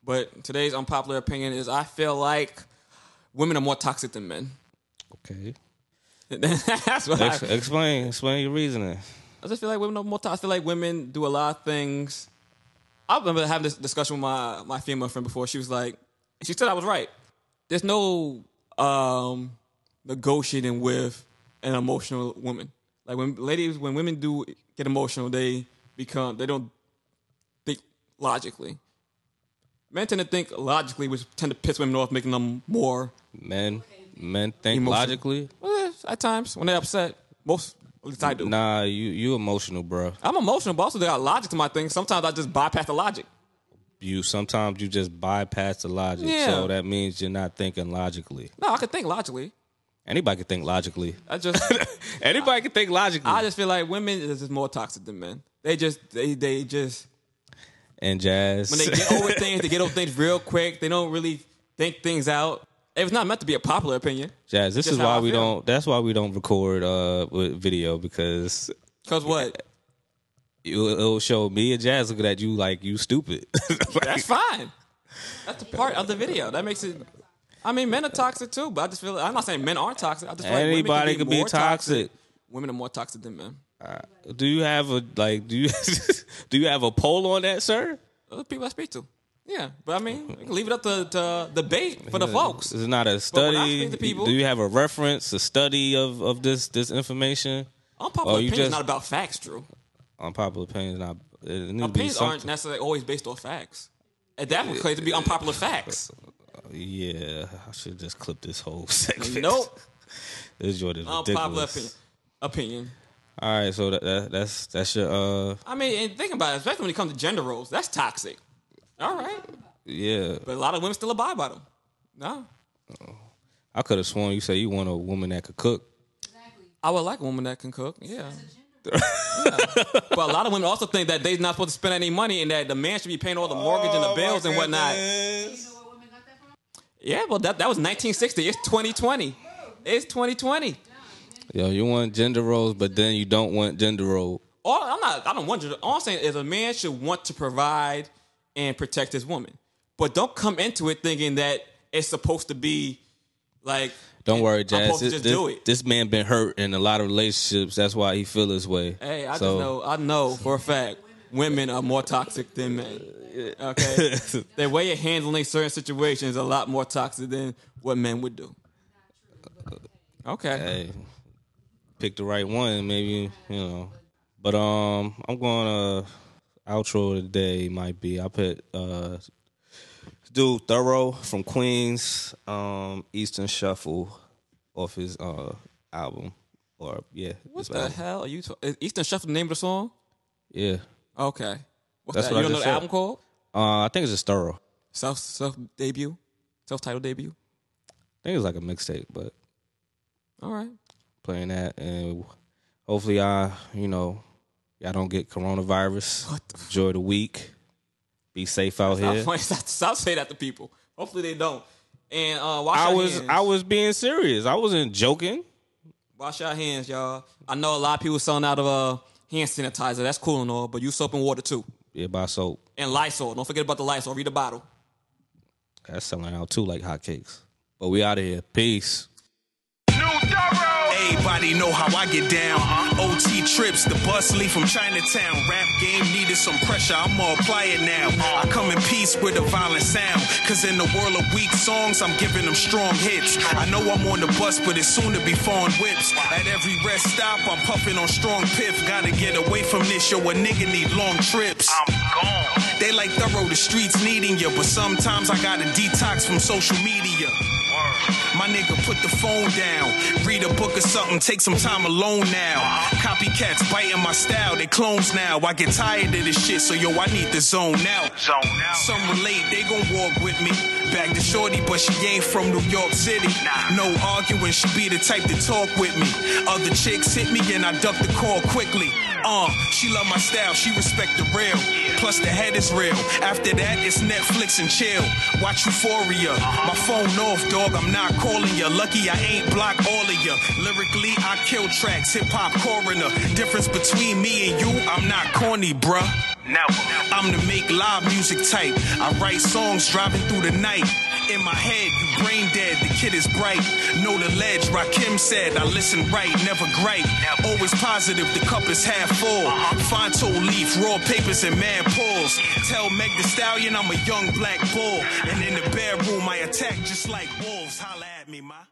But today's unpopular opinion is I feel like women are more toxic than men.
okay,
<laughs> That's what
Ex-
I,
explain explain your reasoning.
I just feel like women are more toxic. I feel like women do a lot of things. I remember having this discussion with my, my female friend before. She was like, she said I was right. There's no um, negotiating with an emotional woman. Like when ladies, when women do get emotional, they become they don't think logically. Men tend to think logically, which tend to piss women off, making them more
Men men think
Emotional.
logically.
eh, at times when they're upset. Most at least I do.
Nah, you you emotional, bro.
I'm emotional, but also there are logic to my things. Sometimes I just bypass the logic.
You sometimes you just bypass the logic,
Yeah.
so that means you're not thinking logically.
No, I can think logically.
Anybody can
<laughs>
think logically.
I just,
<laughs> Anybody can think logically.
I just feel like women is just more toxic than men. They just, they, they just
and jazz.
when they
<laughs>
get over things, they get over things real quick. They don't really think things out. It was not meant to be a popular opinion.
Jazz, this
Just
is
how
why
I
we
feel.
don't. That's why we don't record uh with video because
Cause what?
it'll, it'll show me and Jazz looking at you like you stupid. <laughs>
That's fine. That's a part of the video. That makes it. I mean, men are toxic too, but I just feel. I'm not saying men aren't toxic. I just feel like
Anybody
women
could be
more
toxic.
Women are more toxic than men.
Do you have a like? Do you <laughs> do you have a poll on that, sir?
Other people I speak to. Yeah, but I mean, we can leave it up to, to debate for the folks.
It's not a
when I
study.
speak to people-
do you have a reference, a study of of this this information?
Unpopular
Oh, you
opinion
just-
is not about facts, Drew.
Unpopular opinions not. It needs to be
Opinions aren't
something.
necessarily always based on facts. At that would claim to be unpopular
<laughs>
facts.
Yeah, I should just clip this whole <laughs> segment.
Nope.
this Jordan
Unpopular
ridiculous.
opinion. Opinion.
All right, so that, that that's that's your uh
I mean, and think about it, especially when it comes to gender roles. That's toxic. All right,
yeah.
but a lot of women still abide by them. No,
I could have sworn you said you want a woman that could cook.
Exactly.
I would like a woman that can cook. Yeah. Yeah. but a lot of women also think that they're not supposed to spend any money and that the man should be paying all the mortgage
Oh
and the bills and whatnot.
You know where women got that from?
Yeah, well, that, that was 1960. It's 2020. It's 2020.
Yo, you want gender roles, but then you don't want gender role.
all I'm not I don't want you to, all I'm saying is a man should want to provide and protect his woman. But don't come into it thinking that it's supposed to be like
Don't worry,
I'm
Jazz.
supposed to
This,
just
this-
do it.
this man been hurt in a lot of relationships. That's why he feel this way.
Hey, I
So,
just know I know for a fact women are more toxic than men.
<laughs>
Okay. the way of handling certain situations is a lot more toxic than what men would do. Okay.
Hey, pick the right one, maybe you know. But um, I'm going to outro today. Might be I put uh, dude thorough from Queens, um, Eastern Shuffle, off his uh album, or yeah,
What
his
the
album.
hell are you talking? Is Eastern Shuffle the name of the song?
yeah.
Okay. What's
That's
that?
what
you
I
don't know
just
the
said.
album called?
Uh, I think it's just thorough.
Self self debut? Self titled debut?
I think it's like a mixtape, but
All right.
playing that and hopefully I, you know, I don't get coronavirus.
What the f-
Enjoy the week. Be safe out here.
Stop, <laughs> stop, stop saying that to people. Hopefully they don't. And uh, wash
I
your
was
hands.
I was being serious. I wasn't joking.
wash your hands, y'all. I know a lot of people selling out of uh, hand sanitizer. That's cool and all, but use soap and water too.
Yeah, by soap.
And Lysol. Don't forget about the Lysol. Read the bottle.
That's selling out too like hotcakes. But we out of here. Peace.
Everybody know how I get down. OT trips, the bus leave from Chinatown. Rap game needed some pressure, I'ma apply it now. I come in peace with a violent sound. Cause in the world of weak songs, I'm giving them strong hits. I know I'm on the bus, but it's soon to be foreign whips. At every rest stop, I'm puffing on strong piff. Gotta get away from this, yo, a nigga need long trips. They like thorough, the streets needing you, but sometimes I gotta detox from social media. My nigga, put the phone down. Read a book or something, take some time alone now. Copycats biting my style, they clones now. I get tired of this shit, so yo, I need the zone out.
Zone out.
Some relate, they gon' walk with me. Back to Shorty, but she ain't from New York City.
Nah.
No arguing, she be the type to talk with me. Other chicks hit me and I duck the call quickly. Uh, she love my style, she respect the real. Plus the head is real. After that, it's Netflix and chill. Watch Euphoria. My phone off, dog. I'm not calling ya. Lucky I ain't block all of ya. Lyrically, I kill tracks. Hip hop coroner. Difference between me and you, I'm not corny, bruh.
Now,
I'm the make live music type. I write songs driving through the night. In my head, you brain dead, the kid is bright. Know the ledge, Rakim said, I listen right, never gripe. Always positive, the cup is half full. Fonto leaf, raw papers, and mad pulls. Tell Meg the Stallion I'm a young black bull. And in the bedroom, I attack just like wolves. Holla at me, ma.